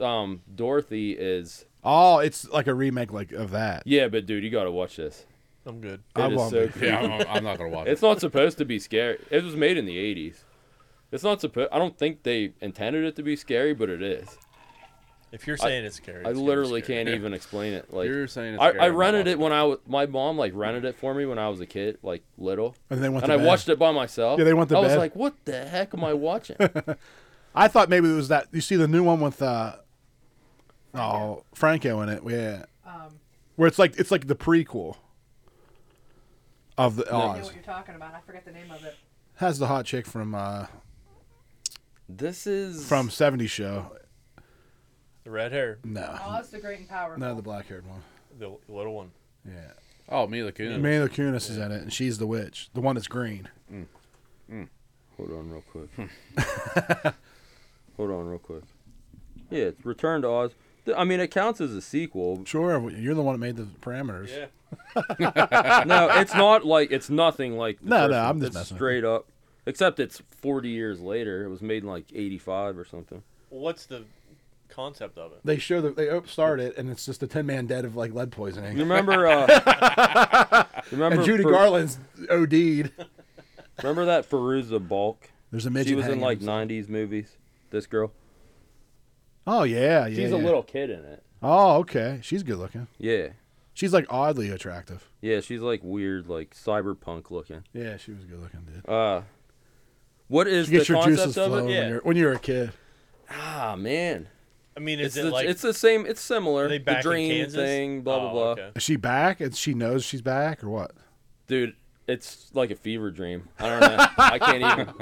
S2: um, Dorothy is.
S1: Oh, it's like a remake like of that.
S2: Yeah, but dude, you gotta watch this.
S4: I'm good.
S2: It
S1: I
S2: is
S1: won't
S2: so
S1: be.
S2: creepy.
S6: Yeah, I'm, I'm not gonna watch
S2: It's
S6: it.
S2: not supposed to be scary. It was made in the '80s. It's not supposed. I don't think they intended it to be scary, but it is.
S4: If you're saying it's
S2: I
S4: scary, it's gonna be
S2: literally
S4: scary.
S2: can't even explain it. Like
S6: You're saying it's
S2: I,
S6: scary,
S2: I
S6: I'm not
S2: rented
S6: watching
S2: it when I was my mom like rented it for me when I was a kid, like little,
S1: And they went.
S2: and
S1: to
S2: I
S1: bed.
S2: watched it by myself.
S1: Yeah, they went to
S2: I was
S1: bed.
S2: like, what the heck am I watching?
S1: I thought maybe it was that. You see the new one with uh, oh Franco in it. Yeah.
S5: Um,
S1: Where it's like it's like the prequel of the
S5: I know
S1: Oz.
S5: what you're talking about. I forget the name of it.
S1: Has the hot chick from uh
S2: this is
S1: from '70s show.
S4: The red hair,
S1: No,
S5: Oz the Great and Powerful.
S1: no, the black haired one.
S4: the little one.
S1: Yeah.
S6: Oh, Mila Kunis.
S1: Mila Kunis is in it, and she's the witch, the one that's green.
S2: Hold on real quick.
S1: Hmm.
S2: Hold on real quick. Yeah, it's Return to Oz. Th- I mean, it counts as a sequel.
S1: Sure, you're the one that made the parameters.
S4: Yeah.
S2: No, it's not like it's nothing like. the
S1: No,
S2: first
S1: no,
S2: one.
S1: I'm just
S2: It's
S1: messing with
S2: straight up. Except it's 40 years later. It was made in like 85 or something.
S4: What's the concept of it?
S1: They show that they op- start it, and it's just a ten man dead of like lead
S2: You
S1: poisoning.
S2: remember? Uh, you remember
S1: And Judy
S2: Fer-
S1: Garland's OD'd.
S2: Remember that Feruza Balk?
S1: There's a midget.
S2: She was in
S1: hanging
S2: like
S1: himself.
S2: 90s movies. This girl.
S1: Oh yeah, yeah.
S2: She's a
S1: yeah.
S2: little kid in it.
S1: Oh okay, she's good looking.
S2: Yeah.
S1: She's like oddly attractive.
S2: Yeah, she's like weird, like cyberpunk looking.
S1: Yeah, she was good looking, dude.
S2: Uh, what is
S1: You get
S2: the
S1: your
S2: concept
S1: juices
S2: of
S1: flowing
S2: it?
S1: when
S4: Yeah.
S1: you're when you're a kid.
S2: Ah, man.
S4: I mean,
S2: It's
S4: is
S2: the,
S4: it like
S2: it's the same. It's similar.
S4: are they
S2: the
S4: back
S2: dream
S4: in Kansas?
S2: thing, blah blah
S4: Oh,
S2: blah.
S4: okay.
S1: Is she back? And she knows she's back, or what?
S2: Dude, it's like a fever dream. I don't know. I can't even.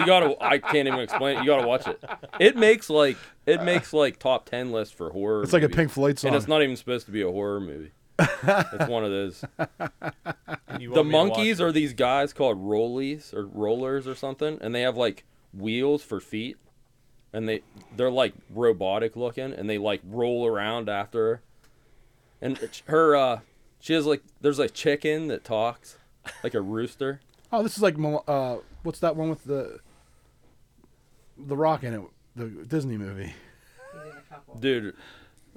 S2: You gotta. I can't even explain it. You gotta watch it. It makes like it makes like top ten list for horror.
S1: It's like a
S2: movies.
S1: Pink Floyd song.
S2: and it's not even supposed to be a horror movie. it's one of those.
S4: And
S2: The
S4: you want me to watch
S2: monkeys
S4: it?
S2: are these guys called rollies or rollers or something, and they have like wheels for feet, and they they're like robotic looking, and they like roll around after her. And it's- her, uh, she has like there's a chicken that talks, like a rooster.
S1: oh, this is like Mil- uh, what's that one with the the rock in it? The Disney movie.
S3: He's in a couple.
S2: Dude,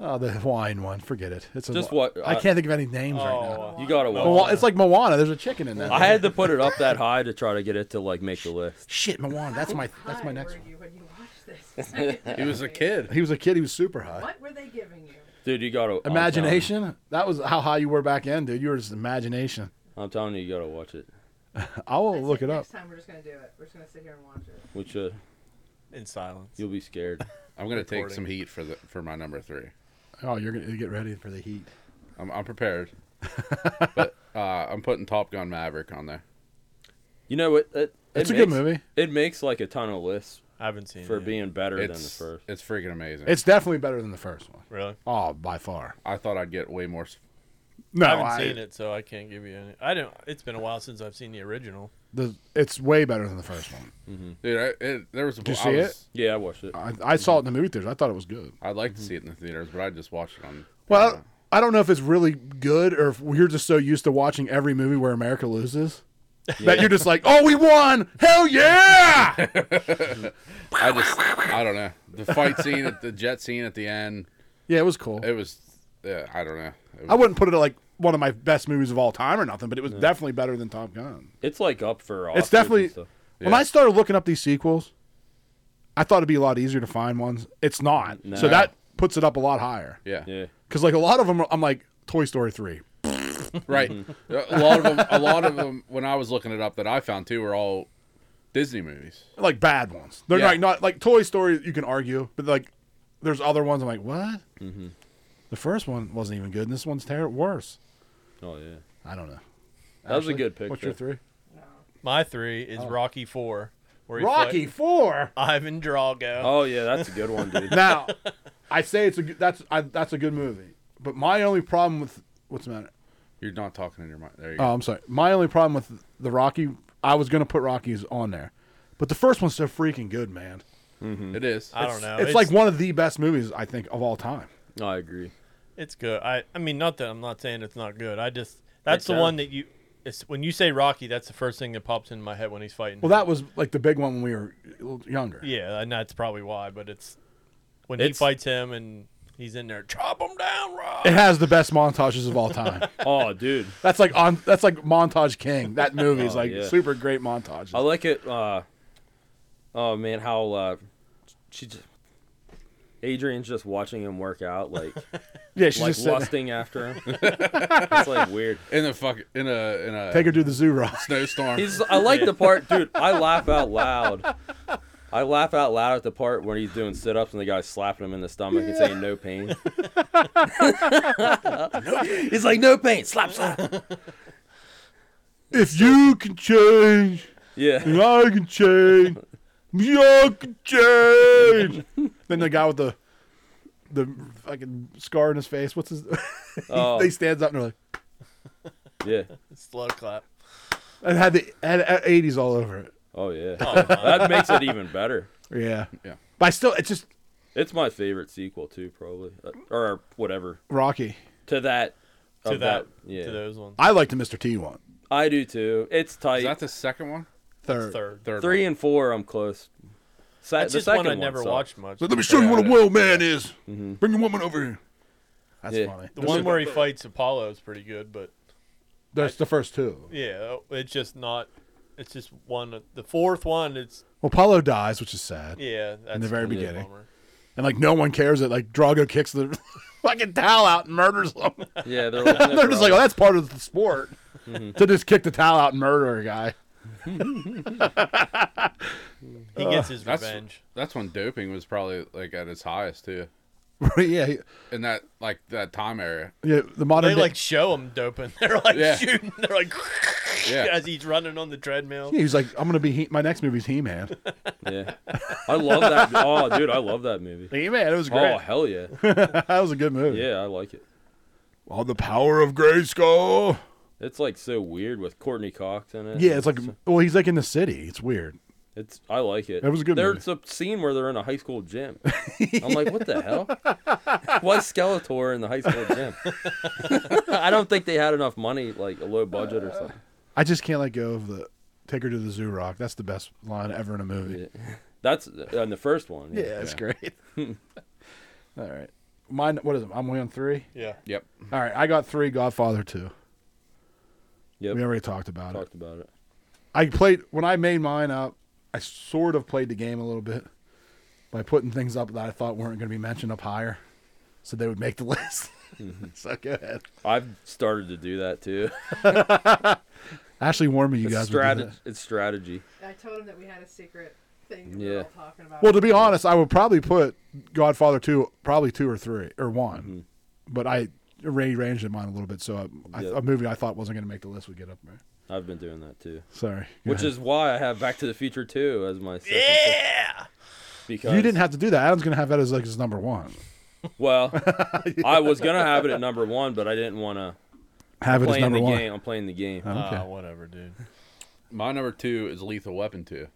S1: Oh, the Hawaiian one. Forget it. It's a,
S2: Just what- uh,
S1: I
S2: I-
S1: can't think of any names right now.
S4: Oh,
S2: You gotta
S4: Moana.
S2: watch
S1: Moana- It's like Moana. There's a chicken in that.
S2: I had to put it up that high to try to get it to like make the list.
S1: shit Moana. That's my that's my
S3: Hi,
S1: next
S3: were
S1: one.
S3: you when you watched this?
S6: He was a kid.
S1: He was a kid. He was super high.
S3: What were they giving you?
S2: Dude, you gotta I'm telling- Oh,
S1: Imagination. That was how high you were back then, dude. You were just imagination.
S2: I'm telling you, you gotta watch it.
S1: I will
S3: I
S1: Oh, look
S3: said
S1: it up.
S3: Next time we're just gonna do it. We're just gonna sit here and watch it.
S2: Which uh,
S4: in silence.
S2: you'll be scared.
S6: I'm gonna take
S4: Recording.
S6: some heat for the for my number three.
S1: Oh, you're gonna get ready for the heat.
S6: I'm I'm prepared. but uh, I'm putting Top Gun Maverick on there.
S2: You know it. it
S1: It's
S2: it
S1: a good
S2: makes-
S1: movie.
S2: It makes like a ton of lists
S4: I haven't seen
S2: for
S4: it.
S2: being better than the
S6: It's
S2: first.
S6: it's freaking amazing.
S1: It's definitely better than the first one.
S4: really.
S1: Oh, by far.
S6: I thought I'd get way more. s-
S1: No,
S4: I haven't seen it, so I can't give you any. I don't. It's been a while since I've seen the original.
S1: The, it's way better than the first one.
S6: Dude, I, it, there was. A,
S1: Did you
S6: I
S1: see
S6: was-
S1: it?
S2: Yeah, I watched it.
S1: I, I saw it in the movie theaters. I thought it was good.
S6: I'd like to see it in the theaters, but I just watched it on.
S1: Well, I don't know if it's really good or if we're just so used to watching every movie where America loses that you're just like, oh, we won! Hell yeah!
S6: I just I don't know the fight scene at the jet scene at the end.
S1: yeah, it was cool.
S6: It was yeah, I don't know. It was,
S1: I wouldn't put it at, like one of my best movies of all time or nothing, but it was definitely better than Top Gun.
S2: It's like up for. Oscars
S1: It's definitely.
S2: and stuff.
S1: When
S6: Yeah.
S1: I started looking up these sequels, I thought it'd be a lot easier to find ones. It's not.
S2: No.
S1: So that puts it up a lot higher.
S6: yeah.
S2: Yeah.
S1: Because like a lot of them, I'm like Toy Story three.
S6: right. A lot of them. A lot of them. When I was looking it up, that I found too were all Disney movies.
S1: like bad ones. They're
S6: Yeah.
S1: like not like Toy Story. You can argue, but like there's other ones. I'm like, what? Mm-hmm. The first one wasn't even good, and this one's terrible. Worse.
S2: Oh yeah.
S1: I don't know.
S2: That was a good picture.
S1: What's your three?
S3: No.
S4: My three is Rocky Four. Where he
S1: Oh. Rocky
S4: Played
S1: Four.
S4: Ivan Drago.
S2: Oh yeah, that's a good one, dude.
S1: Now, I say it's a good, that's I, that's a good movie, but my only problem with what's the matter?
S6: You're not talking in your mind. There you
S1: Oh, I'm sorry. My only problem with the Rocky, I was gonna put Rockies on there, but the first one's so freaking good, man.
S6: go. It is.
S4: I don't know.
S1: it's like one of the best movies I think of all time.
S2: No, I agree.
S4: It's good. I, I mean, not that I'm not saying it's not good. I just that's the
S2: does.
S4: one that you. It's, when you say Rocky, that's the first thing that pops into my head when he's fighting.
S1: Well, that was like the big one when we were younger.
S4: Yeah, and that's probably why. But it's when he
S2: It's-
S4: fights him and he's in there, chop him down, Rock.
S1: It has the best montages of all time.
S2: Oh, dude.
S1: That's like on. That's like montage king. That movie is
S2: Oh,
S1: like
S2: yeah.
S1: super great montages.
S2: I like it. Uh, oh man, how uh, she just Adrian's just watching him work out, like
S1: yeah, she's
S2: like
S1: just sitting there.
S2: lusting after him. it's like weird.
S6: In the fuck. In a in a
S1: take her to the zoo, Ross.
S6: snowstorm.
S2: He's. I like the part, dude. I laugh out loud. I laugh out loud at the part when he's doing sit-ups and the guy's slapping him in the stomach and saying "no pain." he's like "no pain," slap slap.
S1: If you can change,
S2: Yeah,
S1: and I can change, you can change. then the guy with the the fucking scar in his face. What's his?
S2: Oh.
S1: They stands up and they're like,
S2: yeah.
S4: Slow clap.
S1: and had the had eighties all over it.
S2: Oh yeah.
S4: Oh, my.
S2: That makes it even better.
S1: Yeah,
S6: Yeah.
S1: But I still, it's just
S2: It's my favorite sequel too, probably, Uh, or whatever.
S1: Rocky.
S2: To that,
S4: to
S2: of
S4: that,
S2: yeah.
S4: to those ones.
S1: I like the Mr. T one.
S2: I do too. It's tight.
S6: Is that the second one?
S1: Third.
S4: Third.
S6: Third.
S2: Three and four, I'm close. Se-
S4: That's
S2: the
S4: just one
S2: second
S4: I never
S2: sucked.
S4: watched much.
S1: Let me show you what a well man is. Bring your woman over here. That's
S2: Yeah.
S1: funny.
S4: The one where he fights Apollo is pretty good, but
S1: That's the first two.
S4: yeah, it's just not. It's just one. The fourth one, it's
S1: Well, Apollo dies, which is sad.
S4: yeah. That's
S1: the very
S4: kind of a
S1: beginning.
S4: bummer.
S1: And like no one cares that like Drago kicks the fucking towel out and murders them.
S2: Yeah, they're,
S1: They're just like, oh, that's part of the sport to just kick the towel out and murder a guy.
S4: He gets his
S6: That's
S4: revenge.
S6: that's when doping was probably like at its highest too.
S1: yeah, he-
S6: In that like that time area.
S1: yeah. The modern
S4: They
S1: day-
S4: like show him doping. They're like
S6: Yeah.
S4: shooting. They're like
S6: Yeah.
S4: as he's running on the treadmill.
S1: Yeah, he's like, I'm gonna be he- my next movie's He Man.
S2: yeah. I love that. Oh, dude, I love that movie.
S1: He Man, it was
S2: Oh hell yeah,
S1: that was a good movie.
S2: yeah, I like it.
S1: All the power of Grayskull.
S2: It's like so weird with Courtney Cox in it.
S1: Yeah, it's like, well, he's like in the city. It's weird.
S2: it's. I like it.
S1: That was a good
S2: There's a scene where they're in a high school gym. I'm like, what the hell? Why Skeletor in the high school gym? I don't think they had enough money, like a low budget or something.
S1: I just can't let go of the take her to the zoo rock. That's the best line ever in a movie.
S2: Yeah. That's on the first one.
S1: Yeah, it's great. All right. mine. What is it? I'm only on three.
S4: Yeah.
S6: Yep.
S1: All right, I got three. Godfather two.
S2: Yep.
S1: We already talked about it.
S2: talked about it.
S1: I played when I made mine up. I sort of played the game a little bit by putting things up that I thought weren't going to be mentioned up higher, so they would make the list.
S2: Mm-hmm.
S1: so go ahead.
S2: I've started to do that too.
S1: Ashley warned me you
S2: It's,
S1: guys would do
S2: strategy.
S1: that.
S2: it's strategy.
S5: I told him that we had a secret thing
S2: we were Yeah. all
S5: talking about.
S1: Well, to be honest, I would probably put Godfather two, probably two or three or one,
S2: Mm-hmm.
S1: but I rearranged mine a little bit so I, I,
S2: Yep.
S1: a movie I thought wasn't going to make the list would get up there.
S2: I've been doing that too.
S1: Sorry, Go
S2: Which
S1: ahead.
S2: is why I have Back to the Future 2 as my second. pick,
S4: Yeah.
S2: Because
S1: you didn't have to do that. Adam's going to have that as like his number one.
S2: Well, I was gonna have it at number one, but I didn't want to.
S1: Have it as
S2: Playing
S1: number
S2: the
S1: one.
S2: game, I'm playing the game.
S1: Oh. Okay.
S4: Ah, whatever, dude.
S6: My number two is Lethal Weapon two.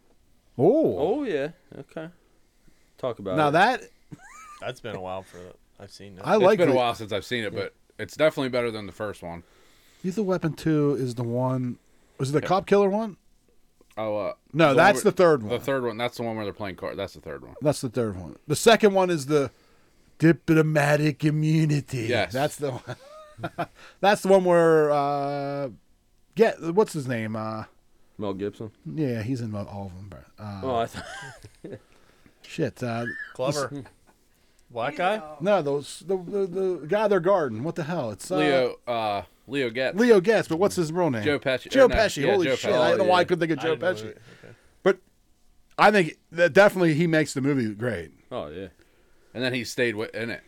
S1: Oh,
S2: Oh uh, yeah, okay. Talk about
S1: now
S2: it.
S1: that
S4: That's been a while for that. I've seen that.
S1: I
S6: It's
S1: like
S6: been
S1: the-
S6: a while since I've seen it, but it's definitely better than the first one.
S1: Lethal Weapon Two is the one. Was it the cop killer one?
S6: Oh uh,
S1: No,
S6: one
S1: that's
S6: where-
S1: the third one.
S6: The third one. That's the one where they're playing card. That's the third one.
S1: That's the third one. The second one is the diplomatic immunity.
S6: Yes.
S1: that's the one. that's the one where uh, yeah, what's his name? Uh,
S2: Mel Gibson.
S1: yeah, he's in all of them. bro. Uh,
S2: Oh, I th-
S1: shit. Uh,
S4: Clever. Black guy?
S1: no, those the, the the guy they're guarding. What the hell? It's uh,
S6: Leo. Uh, Leo Getz.
S1: Leo Guess, but what's his real name?
S6: Joe Pesci.
S1: Joe
S6: Or no,
S1: Pesci.
S6: yeah,
S1: Holy
S6: Joe
S1: shit!
S6: Pesci.
S1: I don't know why I
S2: Yeah.
S1: couldn't think of
S4: I
S1: Joe
S4: didn't know
S1: Pesci.
S4: it. Okay.
S1: But I think that definitely he makes the movie great.
S2: oh yeah.
S6: And then he stayed wi- in it.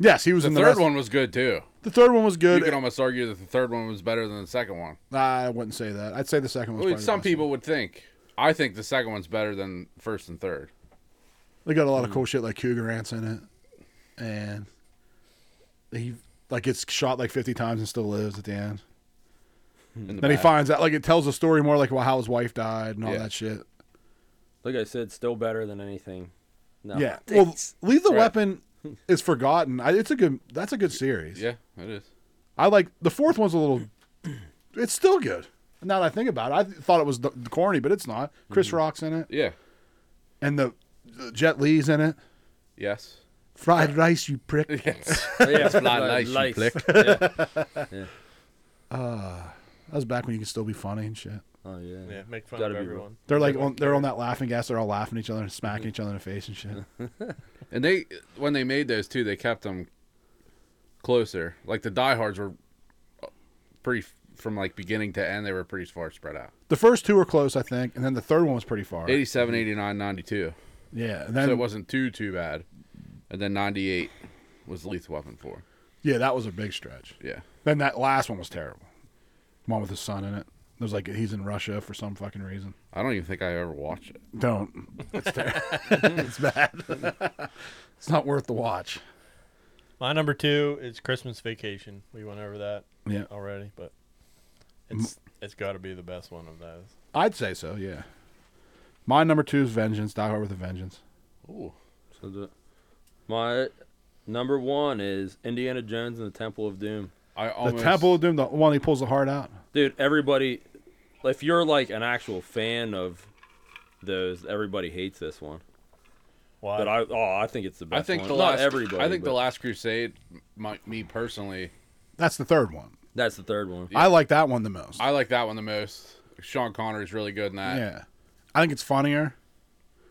S1: Yes, he was
S6: The
S1: in the
S6: third
S1: rest-
S6: one was good too.
S1: The third one was good. e-
S6: You could almost argue that the third one was better than the second one.
S1: I wouldn't say that. I'd say the second one. Was
S6: Well,
S1: probably the
S6: some
S1: best one.
S6: people would think. I think the second one's better than first and third.
S1: They got a
S6: Mm.
S1: lot of cool shit like cougar ants in it, and he like gets shot like fifty times and still lives at the end.
S6: In the
S1: then he
S6: back.
S1: finds out like it tells a story more like about how his wife died and all
S6: Yeah.
S1: that shit.
S2: Like I said, still better than anything. No.
S1: Yeah. Well, Lethal
S6: Right.
S1: Weapon is forgotten. I, it's a good. That's a good series.
S6: Yeah, it is.
S1: I like the fourth one's a little. It's still good. Now that I think about it, I thought it was the, corny, but it's not.
S6: Mm-hmm.
S1: Chris Rock's in it,
S6: Yeah.
S1: and the, the Jet Lee's in it.
S6: Yes.
S1: Fried rice, you prick.
S6: Yes.
S2: Oh, yeah, like
S6: not nice, you
S2: lice.
S6: plick.
S2: Yeah.
S1: That was back when you could still be funny and shit.
S2: Oh yeah.
S4: Yeah, make fun
S2: Gotta
S4: of
S2: be
S4: everyone.
S1: They're like on, they're on that laughing gas. They're all laughing at each other and smacking each other in the face and shit.
S6: And they, when they made those too, they kept them closer. Like the diehards were uh, pretty from like beginning to end. They were pretty far spread out.
S1: The first two were close, I think, and then the third one was pretty far.
S6: 87, 89, 92.
S1: Yeah, and
S6: So
S1: then
S6: it wasn't too too bad. And then 98 was Lethal Weapon 4.
S1: yeah, that was a big stretch.
S6: Yeah.
S1: Then that last one was terrible. The One with his son in it. It was like he's in Russia for some fucking reason.
S6: I don't even think I ever watched it.
S1: Don't. It's terrible. it's bad. it's not worth the watch.
S4: My number two is Christmas Vacation. We went over that
S1: Yeah,
S4: already, but it's it's got to be the best one of those.
S1: I'd say so. Yeah. My number two is Vengeance. Die Hard with a Vengeance.
S6: Ooh.
S2: So do it. My number one is Indiana Jones and the Temple of Doom.
S6: I almost
S1: The Temple of Doom, the one he pulls the heart out.
S2: dude everybody if you're like an actual fan of those everybody hates this one
S4: Why?
S2: but i oh i think it's the best
S6: I think
S2: one.
S6: the
S2: not
S6: last
S2: everybody
S6: I think the
S2: but
S6: last crusade my, me personally
S1: That's the third one.
S2: that's the third one
S1: I like that one the most.
S6: I like that one the most. Sean Connery's really good in that.
S1: yeah, I think it's funnier.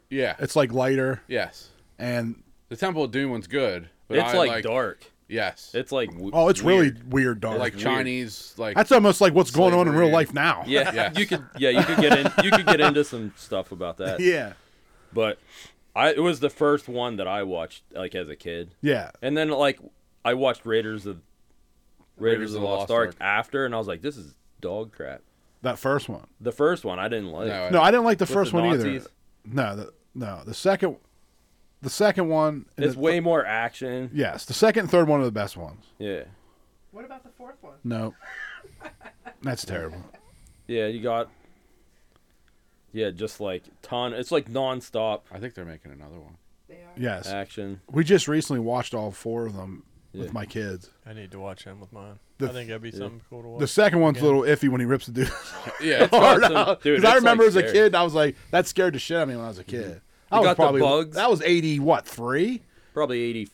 S6: Yeah.
S1: It's like lighter
S6: yes.
S1: and
S6: The Temple of Doom one's good, but
S2: it's
S6: I
S2: like,
S6: like
S2: dark
S6: Yes.
S2: it's like w-
S1: oh, it's
S2: weird.
S1: really weird dark.
S6: like
S2: weird.
S6: Chinese like
S1: that's almost like what's going on in
S6: Slavery.
S1: real life now.
S2: yeah
S6: Yes.
S2: you could yeah you could get in you could get into some stuff about that
S1: yeah,
S2: but i it was the first one that i watched like as a kid
S1: yeah.
S2: and then like i watched raiders of raiders, of the lost, ark,
S6: Ark.
S2: after and i was like this is dog crap
S1: That first one.
S2: the first one i didn't like
S6: No, I-
S1: No, I didn't like the
S2: With
S1: first
S2: the
S1: one either.
S2: Nazis?
S1: No, the, no. The second, the second one. and
S2: it's
S1: the-
S2: way more action
S1: Yes, the second and third one are the best ones.
S2: Yeah.
S5: What about the fourth one?
S1: No, that's terrible.
S2: Yeah, you got Yeah, just like ton it's like nonstop
S6: I think they're making another one.
S3: They are.
S1: Yes,
S2: action.
S1: we just recently watched all four of them with
S2: Yeah.
S1: my kids.
S4: I need to watch him with mine.
S1: The-
S4: I think that'd be
S2: yeah.
S4: something cool to watch.
S1: The second one's a
S4: Yeah.
S1: little iffy when he rips the dude.
S6: Yeah. It's,
S2: got
S1: hard
S2: some-
S1: out. Because I
S2: dude, it's, like,
S1: remember as a
S2: scary. Mm-hmm.
S1: kid, and I was like, that scared the shit out of me when I was a kid. I
S2: You
S1: was
S2: got the
S1: probably
S2: bugs?
S1: that was eighty what three?
S2: Probably eighty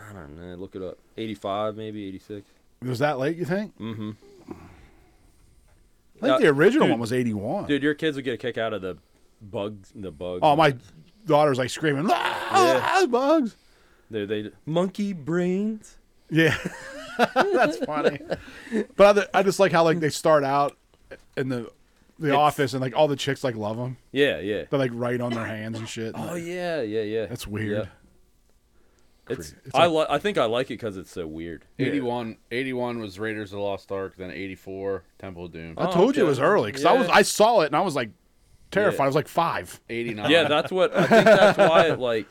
S2: I don't know. Look it up. 85, maybe 86.
S1: It was that late, you think?
S2: Mm-hmm.
S1: I think
S2: Uh,
S1: the original
S2: dude.
S1: one was 81.
S2: Dude, your kids would get a kick out of the bugs. The bugs.
S1: Oh, my daughter's like screaming, ah, bugs.
S2: They, they monkey brains.
S1: Yeah, that's funny. But I, th- I just like how like they start out in the the
S2: It's-
S1: office and like all the chicks like love them.
S2: Yeah, yeah.
S1: They like write on their hands and shit.
S2: Oh yeah, yeah, yeah.
S1: that's weird.
S2: Yeah. It's,
S1: Crazy. It's
S2: I li- I think I like it because it's so weird.
S6: 81, 81 was Raiders of the Lost Ark, then 84, Temple of Doom.
S1: I
S2: Oh,
S1: told you it
S2: okay.
S1: was early because I was
S2: Yeah.
S1: I saw it and I was like terrified.
S2: Yeah.
S1: I was like five.
S6: 89.
S2: Yeah, that's what I think. That's why it like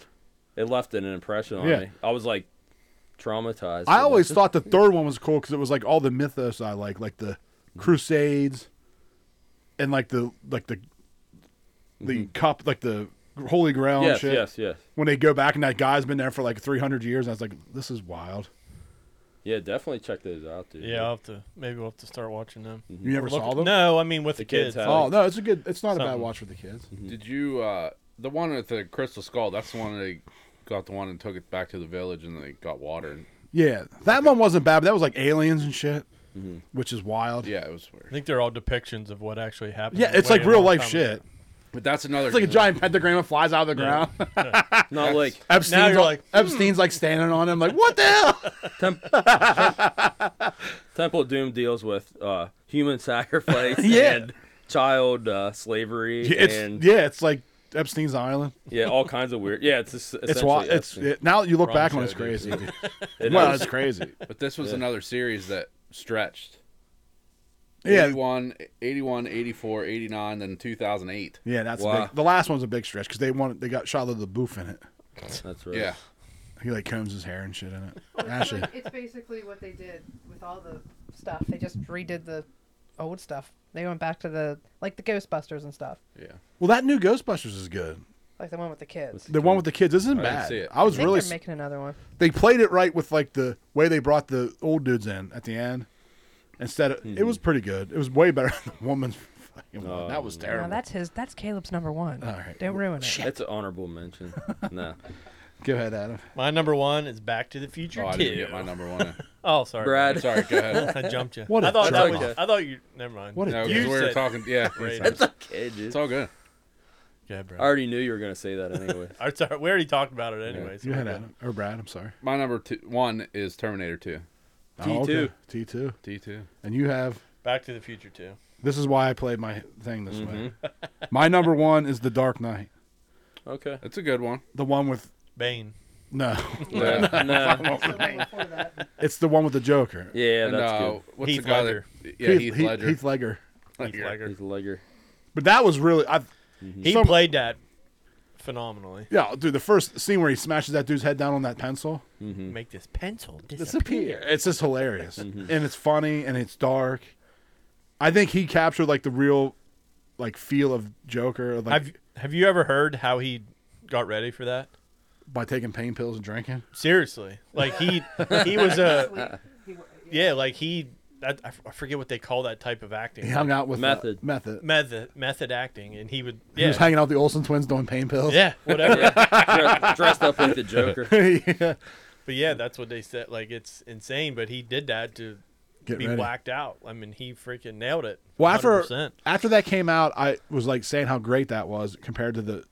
S2: it left an impression on
S1: Yeah.
S2: me. I was like traumatized.
S1: I always thought the third one was cool because it was like all the mythos I like, like the
S4: Mm-hmm.
S1: Crusades, and like the like the the
S4: Mm-hmm.
S1: cup, like the Holy Grail and
S2: yes,
S1: shit.
S2: yes, yes.
S1: When they go back and that guy's been there for like 300 years, and I was like, this is wild.
S2: Yeah, definitely check those out, dude.
S4: Yeah, I'll have to maybe we'll have to start watching them.
S1: You never
S4: Mm-hmm. Look-
S1: saw them?
S4: No, I mean with the,
S2: The
S4: kids.
S2: kids had-
S1: Oh no, it's a good. It's not a bad
S4: Something. Mm-hmm.
S1: watch for the kids.
S6: Did you, uh, the one with the Crystal Skull, that's the one they got the one and took it back to the village and they got water. And,
S1: Yeah, that one wasn't bad, but that was like aliens and shit,
S4: Mm-hmm.
S1: which is wild.
S6: yeah, it was
S4: I
S6: weird.
S4: think they're all depictions of what actually happened.
S1: yeah, it's
S4: way
S1: like
S4: a
S1: real
S4: long
S1: life
S4: time
S1: shit.
S4: ago.
S6: But that's another.
S1: It's like a giant pentagram that flies out of the ground.
S2: Not like
S1: Epstein's
S4: Now you're
S1: all-
S4: like, hmm.
S1: Epstein's like standing on him, like what the hell?
S2: Temp- Temple of Doom deals with uh, human sacrifice
S1: Yeah.
S2: and child uh, slavery
S1: Yeah, it's
S2: and yeah.
S1: yeah, it's like Epstein's Island.
S2: all kinds of weird. Yeah, it's es-
S1: It's
S2: essentially
S1: wild. It's
S2: Epstein.
S1: it, now you look
S4: Wrong
S1: back on
S4: show,
S1: it, it's crazy. dude.
S2: It
S1: well,
S2: is.
S1: it's crazy.
S6: But this was another series that stretched.
S1: Yeah.
S6: 81, 81, 84, 89, then 2008.
S1: Yeah, that's a
S2: Wow.
S1: big, the last one's a big stretch because they wanted they got Shia the Boof in it.
S2: that's right.
S6: Yeah.
S1: He like combs his hair and shit in it.
S5: Well, it's,
S1: Actually,
S5: like- it's basically what they did with all the stuff. They just redid the old stuff. They went back to the like the Ghostbusters and stuff,
S6: Yeah.
S1: well, that new Ghostbusters is good.
S5: like the one with the kids.
S1: The one with the kids isn't
S6: I didn't
S1: bad.
S6: see it.
S1: I
S5: I
S1: was
S5: think
S1: really
S5: they're making another one.
S1: they played it right with like the way they brought the old dudes in at the end. Instead, of,
S2: Hmm.
S1: it was pretty good. It was way better than the woman's fucking one. That was
S2: Um,
S1: terrible.
S5: No, that's his. That's Caleb's number one.
S1: All right.
S5: Don't ruin it.
S2: That's an honorable mention. no.
S1: Go ahead, Adam.
S4: My number one is Back to the Future
S6: Oh, I didn't
S4: Two.
S6: get my number one. in.
S4: Oh, sorry,
S2: Brad.
S6: Sorry, go ahead.
S4: I jumped you.
S1: What a
S4: I thought that
S1: jerk
S4: was.
S1: off.
S4: I thought you. Never mind.
S1: What a
S6: No, 'cause
S1: You
S6: we were
S4: said-
S6: talking. Yeah.
S4: Right.
S6: It's,
S2: It's okay, dude.
S6: it's all good.
S4: Yeah,
S2: I
S4: Brad.
S2: already knew you were gonna say that anyway.
S4: Our, sorry, we already talked about it anyway. so
S1: Go ahead,
S4: we're
S1: Adam or Brad. I'm sorry. Oh,
S6: My number two, one is Terminator 2.
S2: T2.
S1: T two,
S6: T2.
S1: and you have.
S4: good. Back to the Future Two.
S1: This is why I played my thing this way. My number one is The Dark Knight,
S2: okay.
S6: That's a good one.
S1: the one with
S4: Bane.
S1: no,
S6: Yeah.
S2: no.
S5: That's the one before that.
S1: it's the one with the Joker.
S2: Yeah,
S6: And,
S2: that's
S6: uh,
S2: good.
S6: What's
S4: Heath
S6: the guy
S4: Ledger.
S6: that? Yeah, Heath, Ledger.
S1: Heath Ledger.
S4: Heath Ledger.
S2: He's a legger.
S1: But that was really, I
S4: He
S1: Some-
S4: played that phenomenally.
S1: yeah, dude. The first scene where he smashes that dude's head down on that pencil,
S6: Mm.
S4: Make this pencil
S1: disappear. It's just hilarious, and it's funny, and it's dark. I think he captured like the real, like feel of Joker, like
S4: Have Have you ever heard how he got ready for that?
S1: by taking pain pills and drinking.
S4: Seriously, like he he was a
S3: Sleep. He wa-
S4: yeah, like he. I, I f- I forget what they call that type of acting.
S1: He hung out with uh,
S2: Method.
S1: method.
S4: Method method acting, and he would
S1: He
S4: yeah
S1: was hanging out with the Olsen twins doing pain pills.
S4: yeah whatever.
S2: Dre- dressed up like the Joker.
S1: yeah.
S4: But yeah, that's what they said. Like it's insane, but he did that to
S1: Get
S4: be
S1: ready.
S4: blacked out. I mean, he freaking nailed it.
S1: Well, after
S4: 100%.
S1: after that came out, I was like saying how great that was compared to the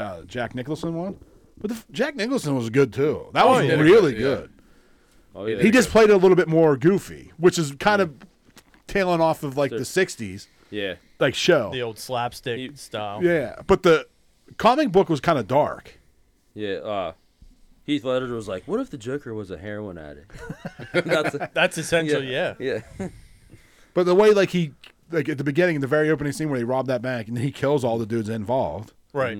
S1: uh, Jack Nicholson one. But the, Jack Nicholson was good too. That was
S6: yeah.
S1: really
S6: Yeah.
S1: good.
S2: Oh yeah.
S1: He just played it a little bit more goofy, which is kind of tailing off of like the
S2: Sure.
S1: '60s
S2: Yeah.
S1: like show.
S4: the old slapstick
S2: He-
S4: style.
S1: Yeah, but the comic book was kind of dark.
S2: Yeah. Uh, Heath Ledger was like, "What if the Joker was a heroin addict?" That's
S4: That's essentially yeah.
S2: Yeah.
S1: But the way like he like at the beginning, the very opening scene where he robbed that bank and he kills all the dudes involved
S4: Right.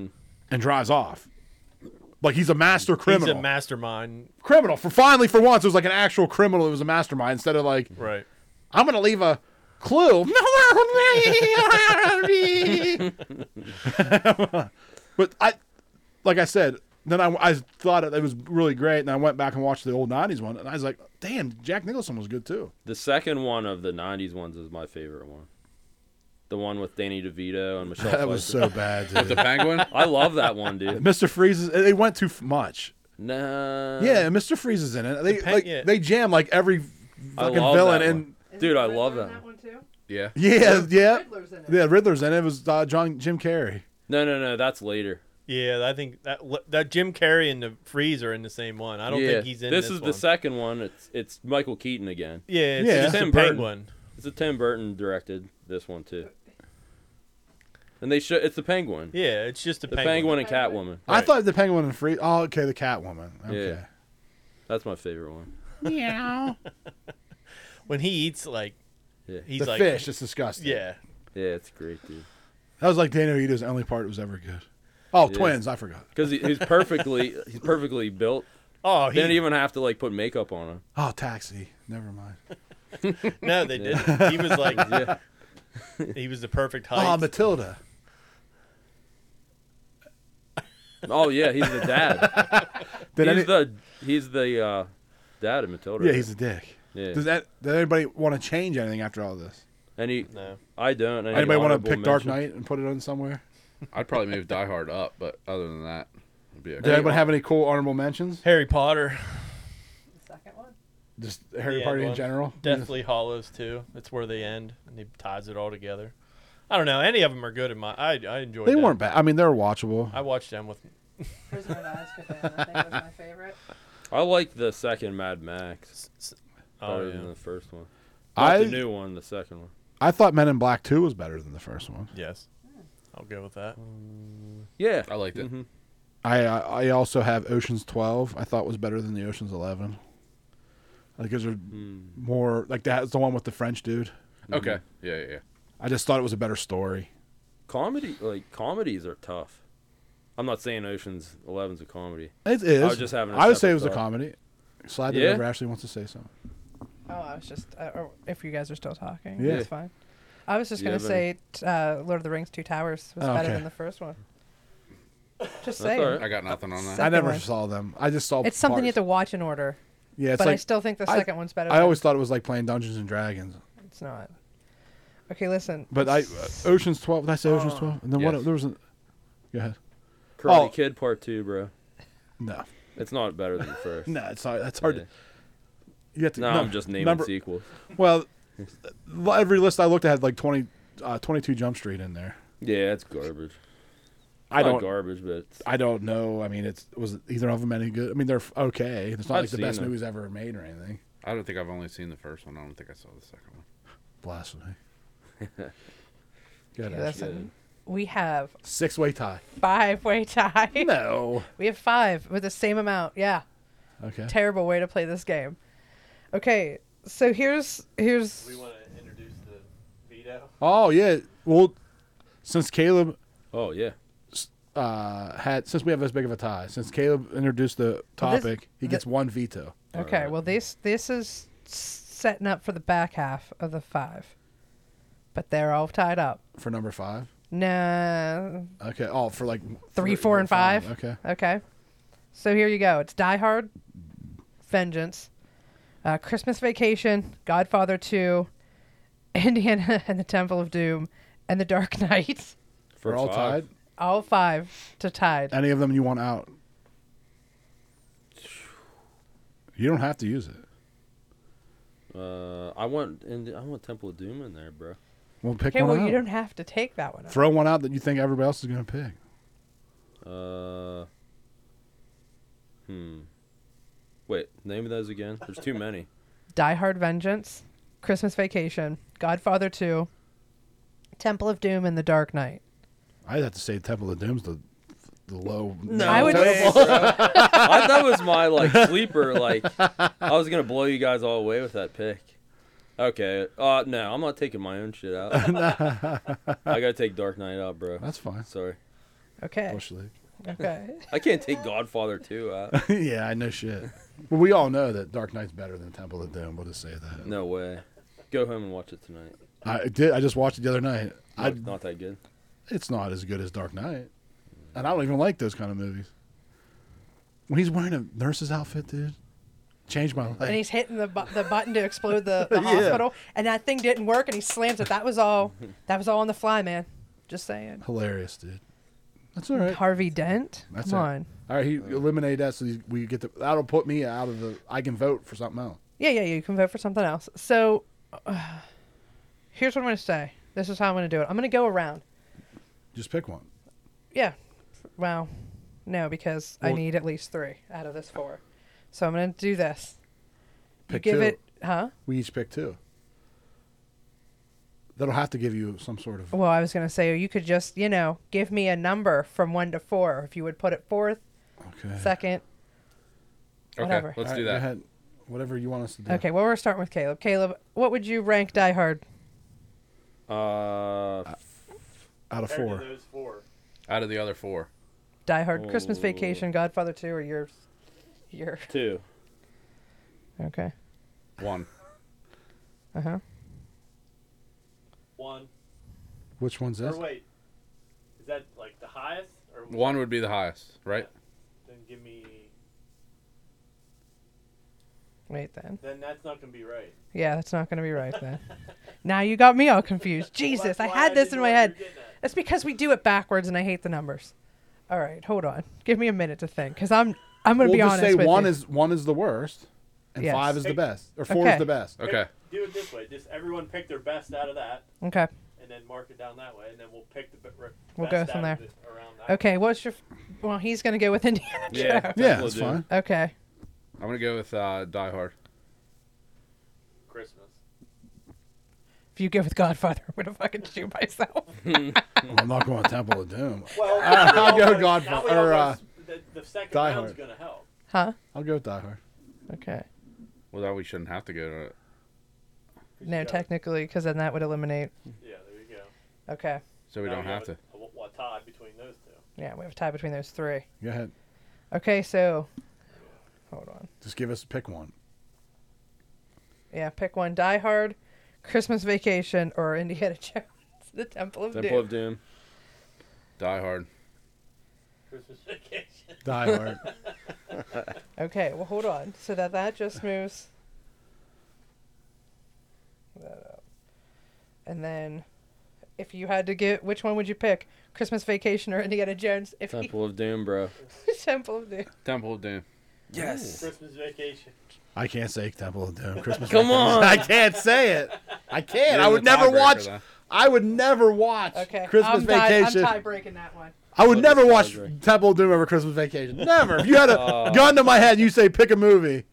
S1: and drives off. Like he's a master criminal.
S4: He's a mastermind.
S1: criminal for finally for once it was like an actual criminal it was a mastermind instead of like
S4: Right.
S1: i'm gonna leave a clue but i like i said then I, I thought it, it was really great and i went back and watched the old 90s one and i was like damn jack nicholson was good too
S2: The second one of the '90s ones is my favorite one. The one with Danny DeVito and Michelle.
S1: that was
S2: Pfeiffer.
S1: so bad
S6: The
S1: dude. Uh,
S6: penguin?
S2: I love that one, dude.
S1: mr freeze is- they went too f- much
S2: Nah.
S1: yeah, and Mr. Freeze is in it. They
S4: Depend-
S1: like
S4: yeah.
S1: they jam like every
S2: I
S1: fucking
S2: love
S1: villain
S2: that
S1: and
S2: one.
S3: Is
S2: Dude,
S3: the
S2: I
S3: Riddler
S2: love
S3: in
S2: that
S3: that
S2: one.
S3: one too.
S6: Yeah.
S1: yeah, yeah.
S3: Riddler's in it.
S1: Yeah, Riddler's in it. It was uh, John Jim Carrey.
S2: No, no, no. That's later.
S4: Yeah, I think that that Jim Carrey and the Freeze are in the same one. I don't
S2: yeah.
S4: think he's in
S2: this.
S4: this.
S2: is
S4: one.
S2: the second one. It's it's Michael Keaton again.
S4: Yeah, it's
S1: Yeah.
S4: just
S2: Tim
S4: a
S2: Burton.
S4: penguin.
S2: It's a Tim Burton directed this one too. And they show it's the Penguin.
S4: Yeah, it's just a
S2: The
S4: penguin.
S2: penguin. and Catwoman.
S1: I thought the Penguin and Freeze. Oh, okay, the Catwoman. Okay.
S2: Yeah. That's my favorite one.
S4: When he eats, like,
S2: Yeah.
S4: he's
S1: the
S4: like,
S1: fish. It's disgusting.
S4: yeah,
S2: Yeah, it's great, dude.
S1: That was like Daniel Ito's only part that was ever good. Oh,
S2: Yeah.
S1: twins. I forgot.
S2: Because he, he's perfectly he's perfectly built.
S4: Oh,
S2: They didn't
S4: he,
S2: even have to like put makeup on him.
S1: Oh, taxi. Never mind.
S4: no, they
S2: Yeah.
S4: didn't. He was like,
S2: Yeah.
S4: he was the perfect height.
S1: Oh, Matilda.
S2: Oh yeah, he's the dad.
S1: Did
S2: he's
S1: any-
S2: the he's the uh, dad of Matilda.
S1: yeah,
S2: right?
S1: he's a dick.
S2: Yeah.
S1: Does that? Did anybody want to change anything after all this?
S2: Any
S4: no,
S2: I don't. Any
S1: Anybody want to
S2: honorable
S1: pick Dark
S2: mention?
S1: Knight and put it on somewhere?
S6: I'd probably move Die Hard up, but other than that, it'd be
S1: Did
S6: okay.
S1: anybody have any cool honorable mentions?
S4: Harry Potter,
S3: The second one.
S1: Just Harry
S4: Yeah,
S1: Potter in
S4: well,
S1: general.
S4: Deathly Hollows too. That's where they end, and he ties it all together. I don't know. Any of them are good in my. I I enjoyed.
S1: They
S4: them.
S1: weren't bad. I mean, they're watchable.
S4: I watched them with.
S3: Prisoner of Azkaban. I think was my favorite.
S2: I like the second Mad Max
S4: Oh
S2: better
S4: yeah.
S2: than the first one. Not
S1: I
S2: the new one, the second one.
S1: I thought Men in Black Two was better than the first one.
S4: Yes.
S1: Hmm.
S4: I'll go with that.
S2: Yeah,
S6: I liked it.
S2: Mhm.
S1: I I I also have Ocean's Twelve. I thought was better than the Ocean's Eleven. Like those are
S2: Mm.
S1: more like that's the one with the French dude.
S6: Okay.
S1: Mm-hmm.
S6: Yeah, yeah, yeah.
S1: I just thought it was a better story.
S2: Comedy like comedies are tough. I'm not saying Ocean's Eleven's a comedy.
S1: It is.
S2: I was just having a
S1: I would say
S2: separate
S1: it was a
S2: thought.
S1: comedy. Slide that
S2: Yeah?
S1: over. Ashley wants to say something.
S5: Oh, I was just. Uh, or if you guys are still talking,
S1: Yeah.
S5: that's fine. I was just
S2: You
S5: gonna
S2: have
S5: say, t- uh, Lord of the Rings: Two Towers was
S1: Oh,
S5: better
S1: okay.
S5: than the first one. Just
S2: That's
S5: saying,
S2: all right.
S6: I got nothing on that.
S5: Second
S1: I never
S5: one.
S1: saw them. I just saw.
S5: it's something you have
S1: parts.
S5: to watch in order.
S1: Yeah, it's
S5: but I
S1: like
S5: still think the
S1: I-
S5: second one's better.
S1: I
S5: than-
S1: always thought it was like playing Dungeons and Dragons.
S5: It's not. Okay, listen.
S1: But I uh, Ocean's Twelve. Did I say Ocean's
S5: Oh.
S1: Twelve? And then
S6: Yes.
S1: what? There was a. Go ahead.
S2: Karate
S1: Oh.
S2: Kid Part Two, bro.
S1: No,
S2: It's not better than the first.
S1: no, it's not. That's hard.
S2: Yeah.
S1: To, you have to.
S2: No, I'm just naming
S1: number-
S2: sequels.
S1: Well, l- every list I looked at had like 20, uh, 22 Jump Street in there.
S2: Yeah, it's garbage.
S1: I
S2: Not
S1: don't.
S2: garbage, but it's,
S1: I don't know. I mean, it's was either of them any good? I mean, they're f- okay. It's not
S2: I've
S1: like the
S2: seen
S1: best
S2: them.
S1: movies ever made or anything.
S6: I don't think I've only seen the first one. I don't think I saw the second one.
S1: Blasphemy. Good.
S5: Okay, that's-
S1: Ashley.
S2: yeah.
S5: We have
S1: Six way tie.
S5: five way tie.
S1: No.
S5: We have five with the same amount. Yeah.
S1: Okay.
S5: Terrible way to play this game. Okay, so here's here's
S4: want to introduce the veto.
S1: Oh yeah. Well, since Caleb
S2: Oh yeah.
S1: uh, had since we have as big of a tie, since Caleb introduced the
S5: Well, this-
S1: topic, he gets one veto.
S5: okay.
S2: Alright.
S5: Well, this this is setting up for the back half of the five, but they're all tied up.
S1: for number five.
S5: Nah,
S1: Okay. Oh, for like
S5: three, four, and five.
S1: Okay.
S5: Okay. So here you go. It's Die Hard, Vengeance, uh, Christmas Vacation, Godfather 2, Indiana and the Temple of Doom, and The Dark Knight.
S2: For
S1: We're all tied.
S5: All five to tied.
S1: Any of them you want out? You don't have to use it.
S2: Uh, I want and I want Temple of Doom in there, bro.
S1: We'll pick
S5: Okay,
S1: one
S5: well,
S1: out.
S5: you don't have to take that one. out.
S1: Throw one out that you think everybody else is going to pick.
S2: Uh, hmm. Wait, name those again. There's too many.
S5: Die Hard Vengeance, Christmas Vacation, Godfather 2, Temple of Doom, and The Dark Knight.
S1: I'd have to say Temple of Doom's the the low.
S2: No,
S5: I would-
S2: I, that was my like sleeper. Like I was gonna blow you guys all away with that pick. Okay. Uh, no, I'm not taking my own shit out. I gotta take Dark Knight out, bro.
S1: That's fine.
S2: Sorry,
S5: Okay.
S1: Bush League.
S5: Okay.
S2: I can't take Godfather two out.
S1: yeah, I know shit. But we all know that Dark Knight's better than Temple of Doom. We'll just say that.
S2: No way. Go home and watch it tonight.
S1: I did. I just watched it the other night. I,
S2: Not, not that good.
S1: it's not as good as Dark Knight, and I don't even like those kind of movies. When he's wearing a nurse's outfit, dude, changed my life.
S5: and he's hitting the, bu- the button to explode the, the
S1: Yeah.
S5: hospital and that thing didn't work and he slams it that was all that was all on the fly man just saying
S1: Hilarious, dude. That's all right.
S5: Harvey Dent.
S1: That's
S5: Come
S1: it.
S5: on.
S1: All right, he
S4: Uh,
S1: eliminated that, so he- we get the that'll put me out of the. I can vote for something else.
S5: Yeah, yeah, you can vote for something else. So uh, here's what I'm going to say. This is how I'm going to do it. I'm going to go around.
S1: Just pick one.
S5: Yeah. Well, no, because I
S1: Well-
S5: need at least three out of this four. So I'm going to do this.
S1: Pick
S5: you give
S1: two.
S5: it, huh?
S1: We each pick two. That'll have to give you some sort of.
S5: Well, I was going to say you could just, you know, give me a number from one to four. If you would put it fourth,
S1: Okay.
S5: second, whatever.
S6: Okay, let's
S1: All right,
S6: do
S1: go
S6: that.
S1: ahead. Whatever you want us to do.
S5: Okay, well, we're starting with Caleb. Caleb, what would you rank Die Hard?
S2: Uh,
S1: Out of
S4: Compared
S1: four.
S4: to those four.
S6: Out of the other four,
S5: Die Hard, Christmas
S1: Oh.
S2: Ooh.
S5: Vacation, Godfather 2, or yours? Your.
S2: two.
S5: Okay.
S6: one.
S5: Uh huh.
S4: One.
S1: Which one's this?
S4: Or wait. Is that like the highest? Or
S6: One would be the highest, right?
S4: Then give me.
S5: Wait then.
S4: Then that's not gonna be right.
S5: Yeah, that's not going to be right then. now you got me all confused. Jesus, I had this in my head. That's because we do it backwards, and I hate the numbers. All right, hold on. Give me a minute to think, because I'm I'm going to
S1: we'll
S5: be
S1: just
S5: honest
S1: say
S5: with
S1: one
S5: you.
S1: is one is the worst, and
S5: Yes.
S1: five is the
S4: Hey.
S1: best, or four
S5: Okay.
S1: is the best.
S6: Okay.
S4: Do it this way. Just everyone pick their best out of that,
S5: okay.
S4: and then mark it down that way, and then we'll pick the be- re-
S5: We'll
S4: best
S5: go from
S4: out
S5: there.
S4: of it around that.
S5: Okay. What's your? Well, he's going to go with Indiana Jones.
S2: Yeah,
S1: Yeah,
S2: we'll
S1: that's
S2: do.
S1: fine.
S5: Okay.
S6: I'm gonna go with uh, Die Hard.
S4: Christmas.
S5: If you go with Godfather, I'm going to fucking shoot myself.
S1: I'm not going to Temple of Doom.
S4: Well,
S1: I'll
S4: now
S1: go
S4: we
S1: Godfa-
S4: all
S1: or,
S4: know
S1: uh,
S4: s- the, the second
S1: Die
S4: round's
S1: Hard.
S4: gonna help.
S5: Huh?
S1: I'll go with Die Hard.
S5: Okay.
S6: Well, that we shouldn't have to go to it.
S5: No,
S4: Yeah.
S5: technically, because then that would eliminate.
S4: Yeah, there you go.
S5: Okay.
S6: So we
S4: Now
S6: don't
S4: you
S6: have to.
S4: A, a, a tie between those two.
S5: Yeah, we have a tie between those three.
S1: Go ahead.
S5: Okay, so hold on.
S1: Just give us pick one.
S5: Yeah, pick one: Die Hard, Christmas Vacation, or Indiana Jones: The Temple of
S2: Temple
S5: Doom.
S2: of Doom.
S6: Die Hard.
S4: Christmas vacation.
S1: Die Hard.
S5: Okay, well, hold on. So that that just moves that up, and then if you had to get which one would you pick? Christmas Vacation or Indiana Jones? If he,
S2: Temple of Doom, bro.
S5: Temple of Doom.
S6: Temple of Doom.
S2: Yes.
S4: Christmas vacation.
S1: I can't say Temple of Doom. Christmas.
S2: Come
S1: Vacation.
S2: on.
S1: I can't say it. I can't.
S6: You're
S1: I
S6: the
S1: would never
S6: tiebreaker,
S1: watch.
S6: though.
S1: I would never watch
S5: Okay,
S1: Christmas
S5: I'm tie-
S1: Vacation.
S5: I'm tie breaking that one.
S1: I
S6: Oh,
S1: would
S2: Look,
S1: never
S2: it's
S1: watch
S2: tiebreaker.
S1: Temple of Doom over Christmas Vacation. Never. If you had a
S6: Oh.
S1: gun to my head, and you say pick a movie.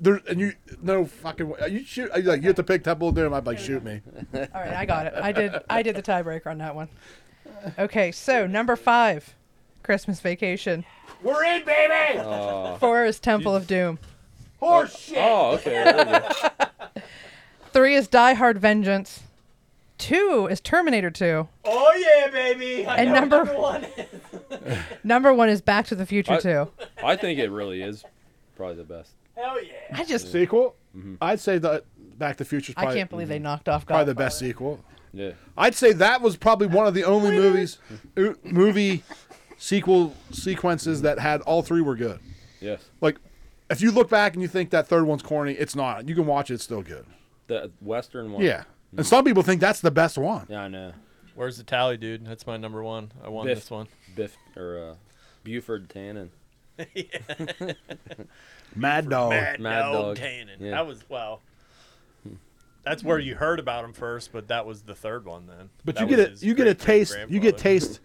S1: There, and you no fucking way. You shoot. you Like you have to pick Temple of Doom. I'd be like shoot me.
S5: All right, I got it. I did. I did the tiebreaker on that one. Okay, so number five, Christmas Vacation.
S4: We're in, baby.
S2: Oh.
S5: Four is Temple of Doom.
S4: Horse shit.
S2: Oh, okay. there we go.
S5: Three is Die Hard Vengeance. Two is Terminator Two.
S4: Oh yeah, baby. I
S5: And
S4: know
S5: number-
S4: number one.
S5: Number one is Back to the Future
S2: I-
S5: Two.
S2: I think it really is probably the best.
S4: Hell yeah.
S5: I just
S1: Sequel.
S6: Mm-hmm.
S1: I'd say that Back to the Future.
S5: I can't believe they knocked off Godfather.
S1: probably the best sequel.
S2: Yeah.
S1: I'd say that was probably one of the only movies, o- movie sequel sequences that had all three were good.
S2: Yes.
S1: Like, if you look back and you think that third one's corny, it's not. You can watch it; it's still good.
S2: The Western one.
S1: Yeah, and some people think that's the best one.
S2: Yeah, I know.
S4: Where's the tally, dude? That's my number one. I won
S2: Biff.
S4: this one.
S2: Biff or uh, Buford Tannen.
S1: Mad Dog.
S4: Mad,
S2: Mad
S4: Dog
S2: Dog.
S4: Tannen.
S2: Yeah.
S4: That was wow. That's where you heard about him first, but that was the third one then.
S1: But
S4: That
S1: you get
S4: was
S1: a
S4: his
S1: you get a taste
S4: great-great-grandfather.
S1: you get taste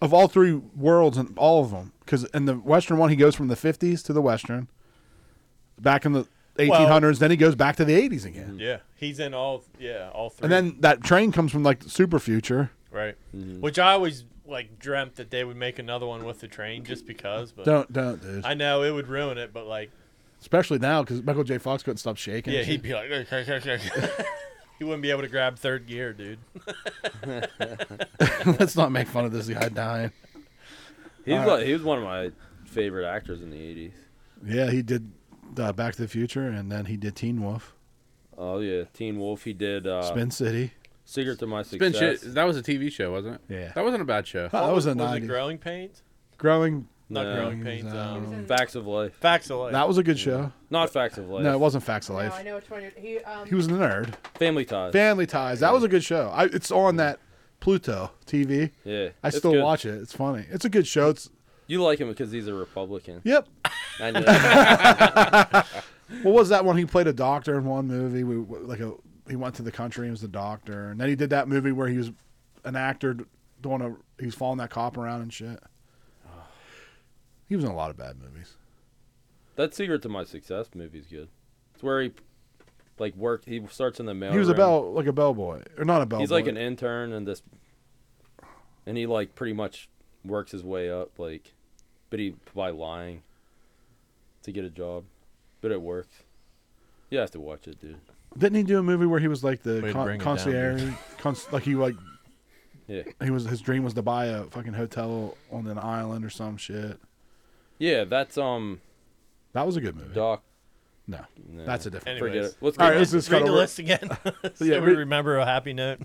S1: of all three worlds and all of them because in the western one he goes from the 50s to the western back in the 1800s then he goes back to the 80s again
S4: Yeah, he's in all. Yeah, all three.
S1: and then that train comes from like the super future
S4: right, which I always like dreamt that they would make another one with the train just because. But
S1: don't don't dude
S4: I know it would ruin it, but like,
S1: especially now because michael j fox couldn't stop shaking
S4: yeah, he'd be like, he wouldn't be able to grab third gear, dude.
S1: Oh, let's not make fun of this guy dying
S2: He was
S1: All right.
S2: like, he was one of my favorite actors in the '80s.
S1: yeah he did uh, back to the future and then he did teen wolf
S2: Oh yeah, Teen Wolf. He did uh,
S1: spin city
S2: Secret to My Success.
S6: Spin shit. That was a TV show, wasn't it?
S1: Yeah.
S6: That wasn't a bad show.
S1: Huh, that was a
S4: was it
S1: 90s
S4: growing pains?
S1: growing
S2: No,
S4: Not growing pains.
S1: Pains,
S4: Um,
S5: um,
S2: Facts of Life.
S4: facts of life.
S1: that was a good show
S2: Not Facts of Life.
S1: no it wasn't facts of
S5: No, I
S1: life
S5: know which one. You're, he um,
S1: he was a nerd
S2: Family Ties.
S1: Family Ties. That was a good show. I, it's on that Pluto TV.
S2: Yeah,
S1: I
S2: it's
S1: still
S2: good.
S1: watch it. It's funny. It's a good show. It's
S2: You like him because he's a Republican.
S1: yep.
S2: I know.
S1: What was that one? He played a doctor in one movie. We like a he went to the country and was the doctor, and then he did that movie where he was an actor d- doing a he was following that cop around and shit. He was in a lot of bad movies.
S2: that Secret to My Success movie's good. It's where he like worked. He starts in the mail.
S1: He was a bell like a bellboy or not a bellboy.
S2: He's like an intern and this, and he like pretty much works his way up like, but he by lying. To get a job, but it works. You have to watch it, dude.
S1: didn't he do a movie where he was like the
S4: Way to
S1: con-
S4: bring it down,
S1: concierge, cons- like he like
S2: Yeah,
S1: he was his dream was to buy a fucking hotel on an island or some shit.
S2: yeah. That's um
S1: That was a good movie.
S2: Doc.
S1: No,
S2: No,
S1: that's a different.
S2: forget
S4: Anyways.
S2: it. Let's go.
S1: All right, let's just
S4: Read
S1: gotta
S4: the
S1: work-
S4: list again. so
S1: Yeah,
S4: we
S1: read-
S4: remember a happy note.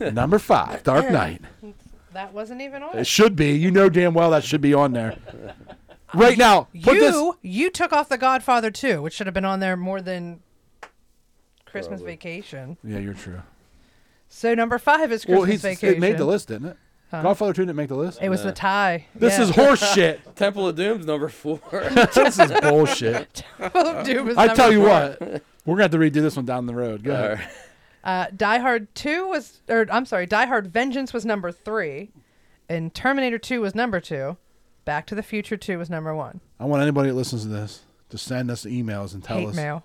S1: Number five, Dark Knight.
S5: That wasn't even on.
S1: It
S5: it.
S1: should be. You know damn well that should be on there. Right now, put
S5: you
S1: this.
S5: you took off The Godfather too, which should have been on there more than Christmas
S2: Probably.
S5: Vacation.
S1: Yeah, you're true.
S5: So number five is Christmas
S1: Well, he's,
S5: Vacation.
S1: it made the list, didn't it?
S5: Huh?
S1: Godfather Two didn't make the list.
S5: It was
S2: Nah.
S5: the tie.
S1: This
S5: Yeah.
S1: is horse shit.
S2: Temple of Doom's number four.
S1: this is bullshit.
S5: Dude was
S1: I
S5: number
S1: tell you
S5: four.
S1: what, we're gonna have to redo this one down the road. Go ahead.
S2: All right.
S5: Uh, Die Hard 2 was, or I'm sorry, Die Hard Vengeance was number three, and Terminator 2 was number two. Back to the Future 2 was number one.
S1: I want anybody that listens to this to send us emails and tell
S5: Hate
S1: us
S5: mail.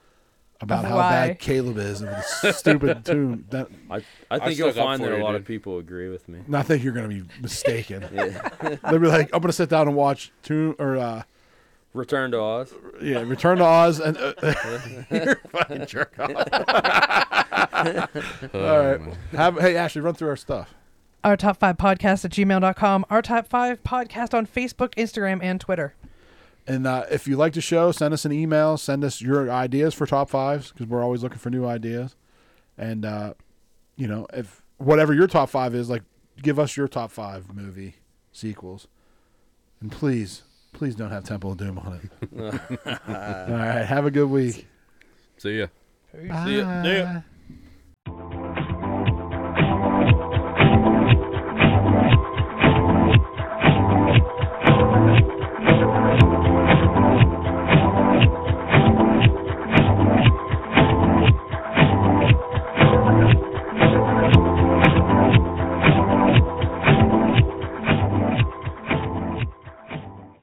S1: about
S5: Of
S1: how
S5: why.
S1: bad Caleb is and the stupid tune. That,
S2: I, I think
S6: stuck
S2: you'll
S6: up
S2: find
S6: for
S2: that a
S6: you,
S2: lot of
S6: dude.
S2: people agree with me.
S1: I think you're gonna be mistaken.
S2: Yeah.
S1: They'll be like, I'm gonna sit down and watch Tomb or uh,
S2: Return to Oz.
S1: yeah, Return to Oz and uh, you're a fucking jerk off. All right, have, hey Ashley, run through our stuff.
S5: Our top five podcast at gmail.com. Our top five podcast on Facebook, Instagram, and Twitter.
S1: And uh, if you like the show, send us an email. Send us your ideas for top fives because we're always looking for new ideas. And uh, you know, if whatever your top five is, like, give us your top five movie sequels. And please, please don't have Temple of Doom on it. All right, have a good week.
S6: See ya.
S2: See ya.
S4: Yeah.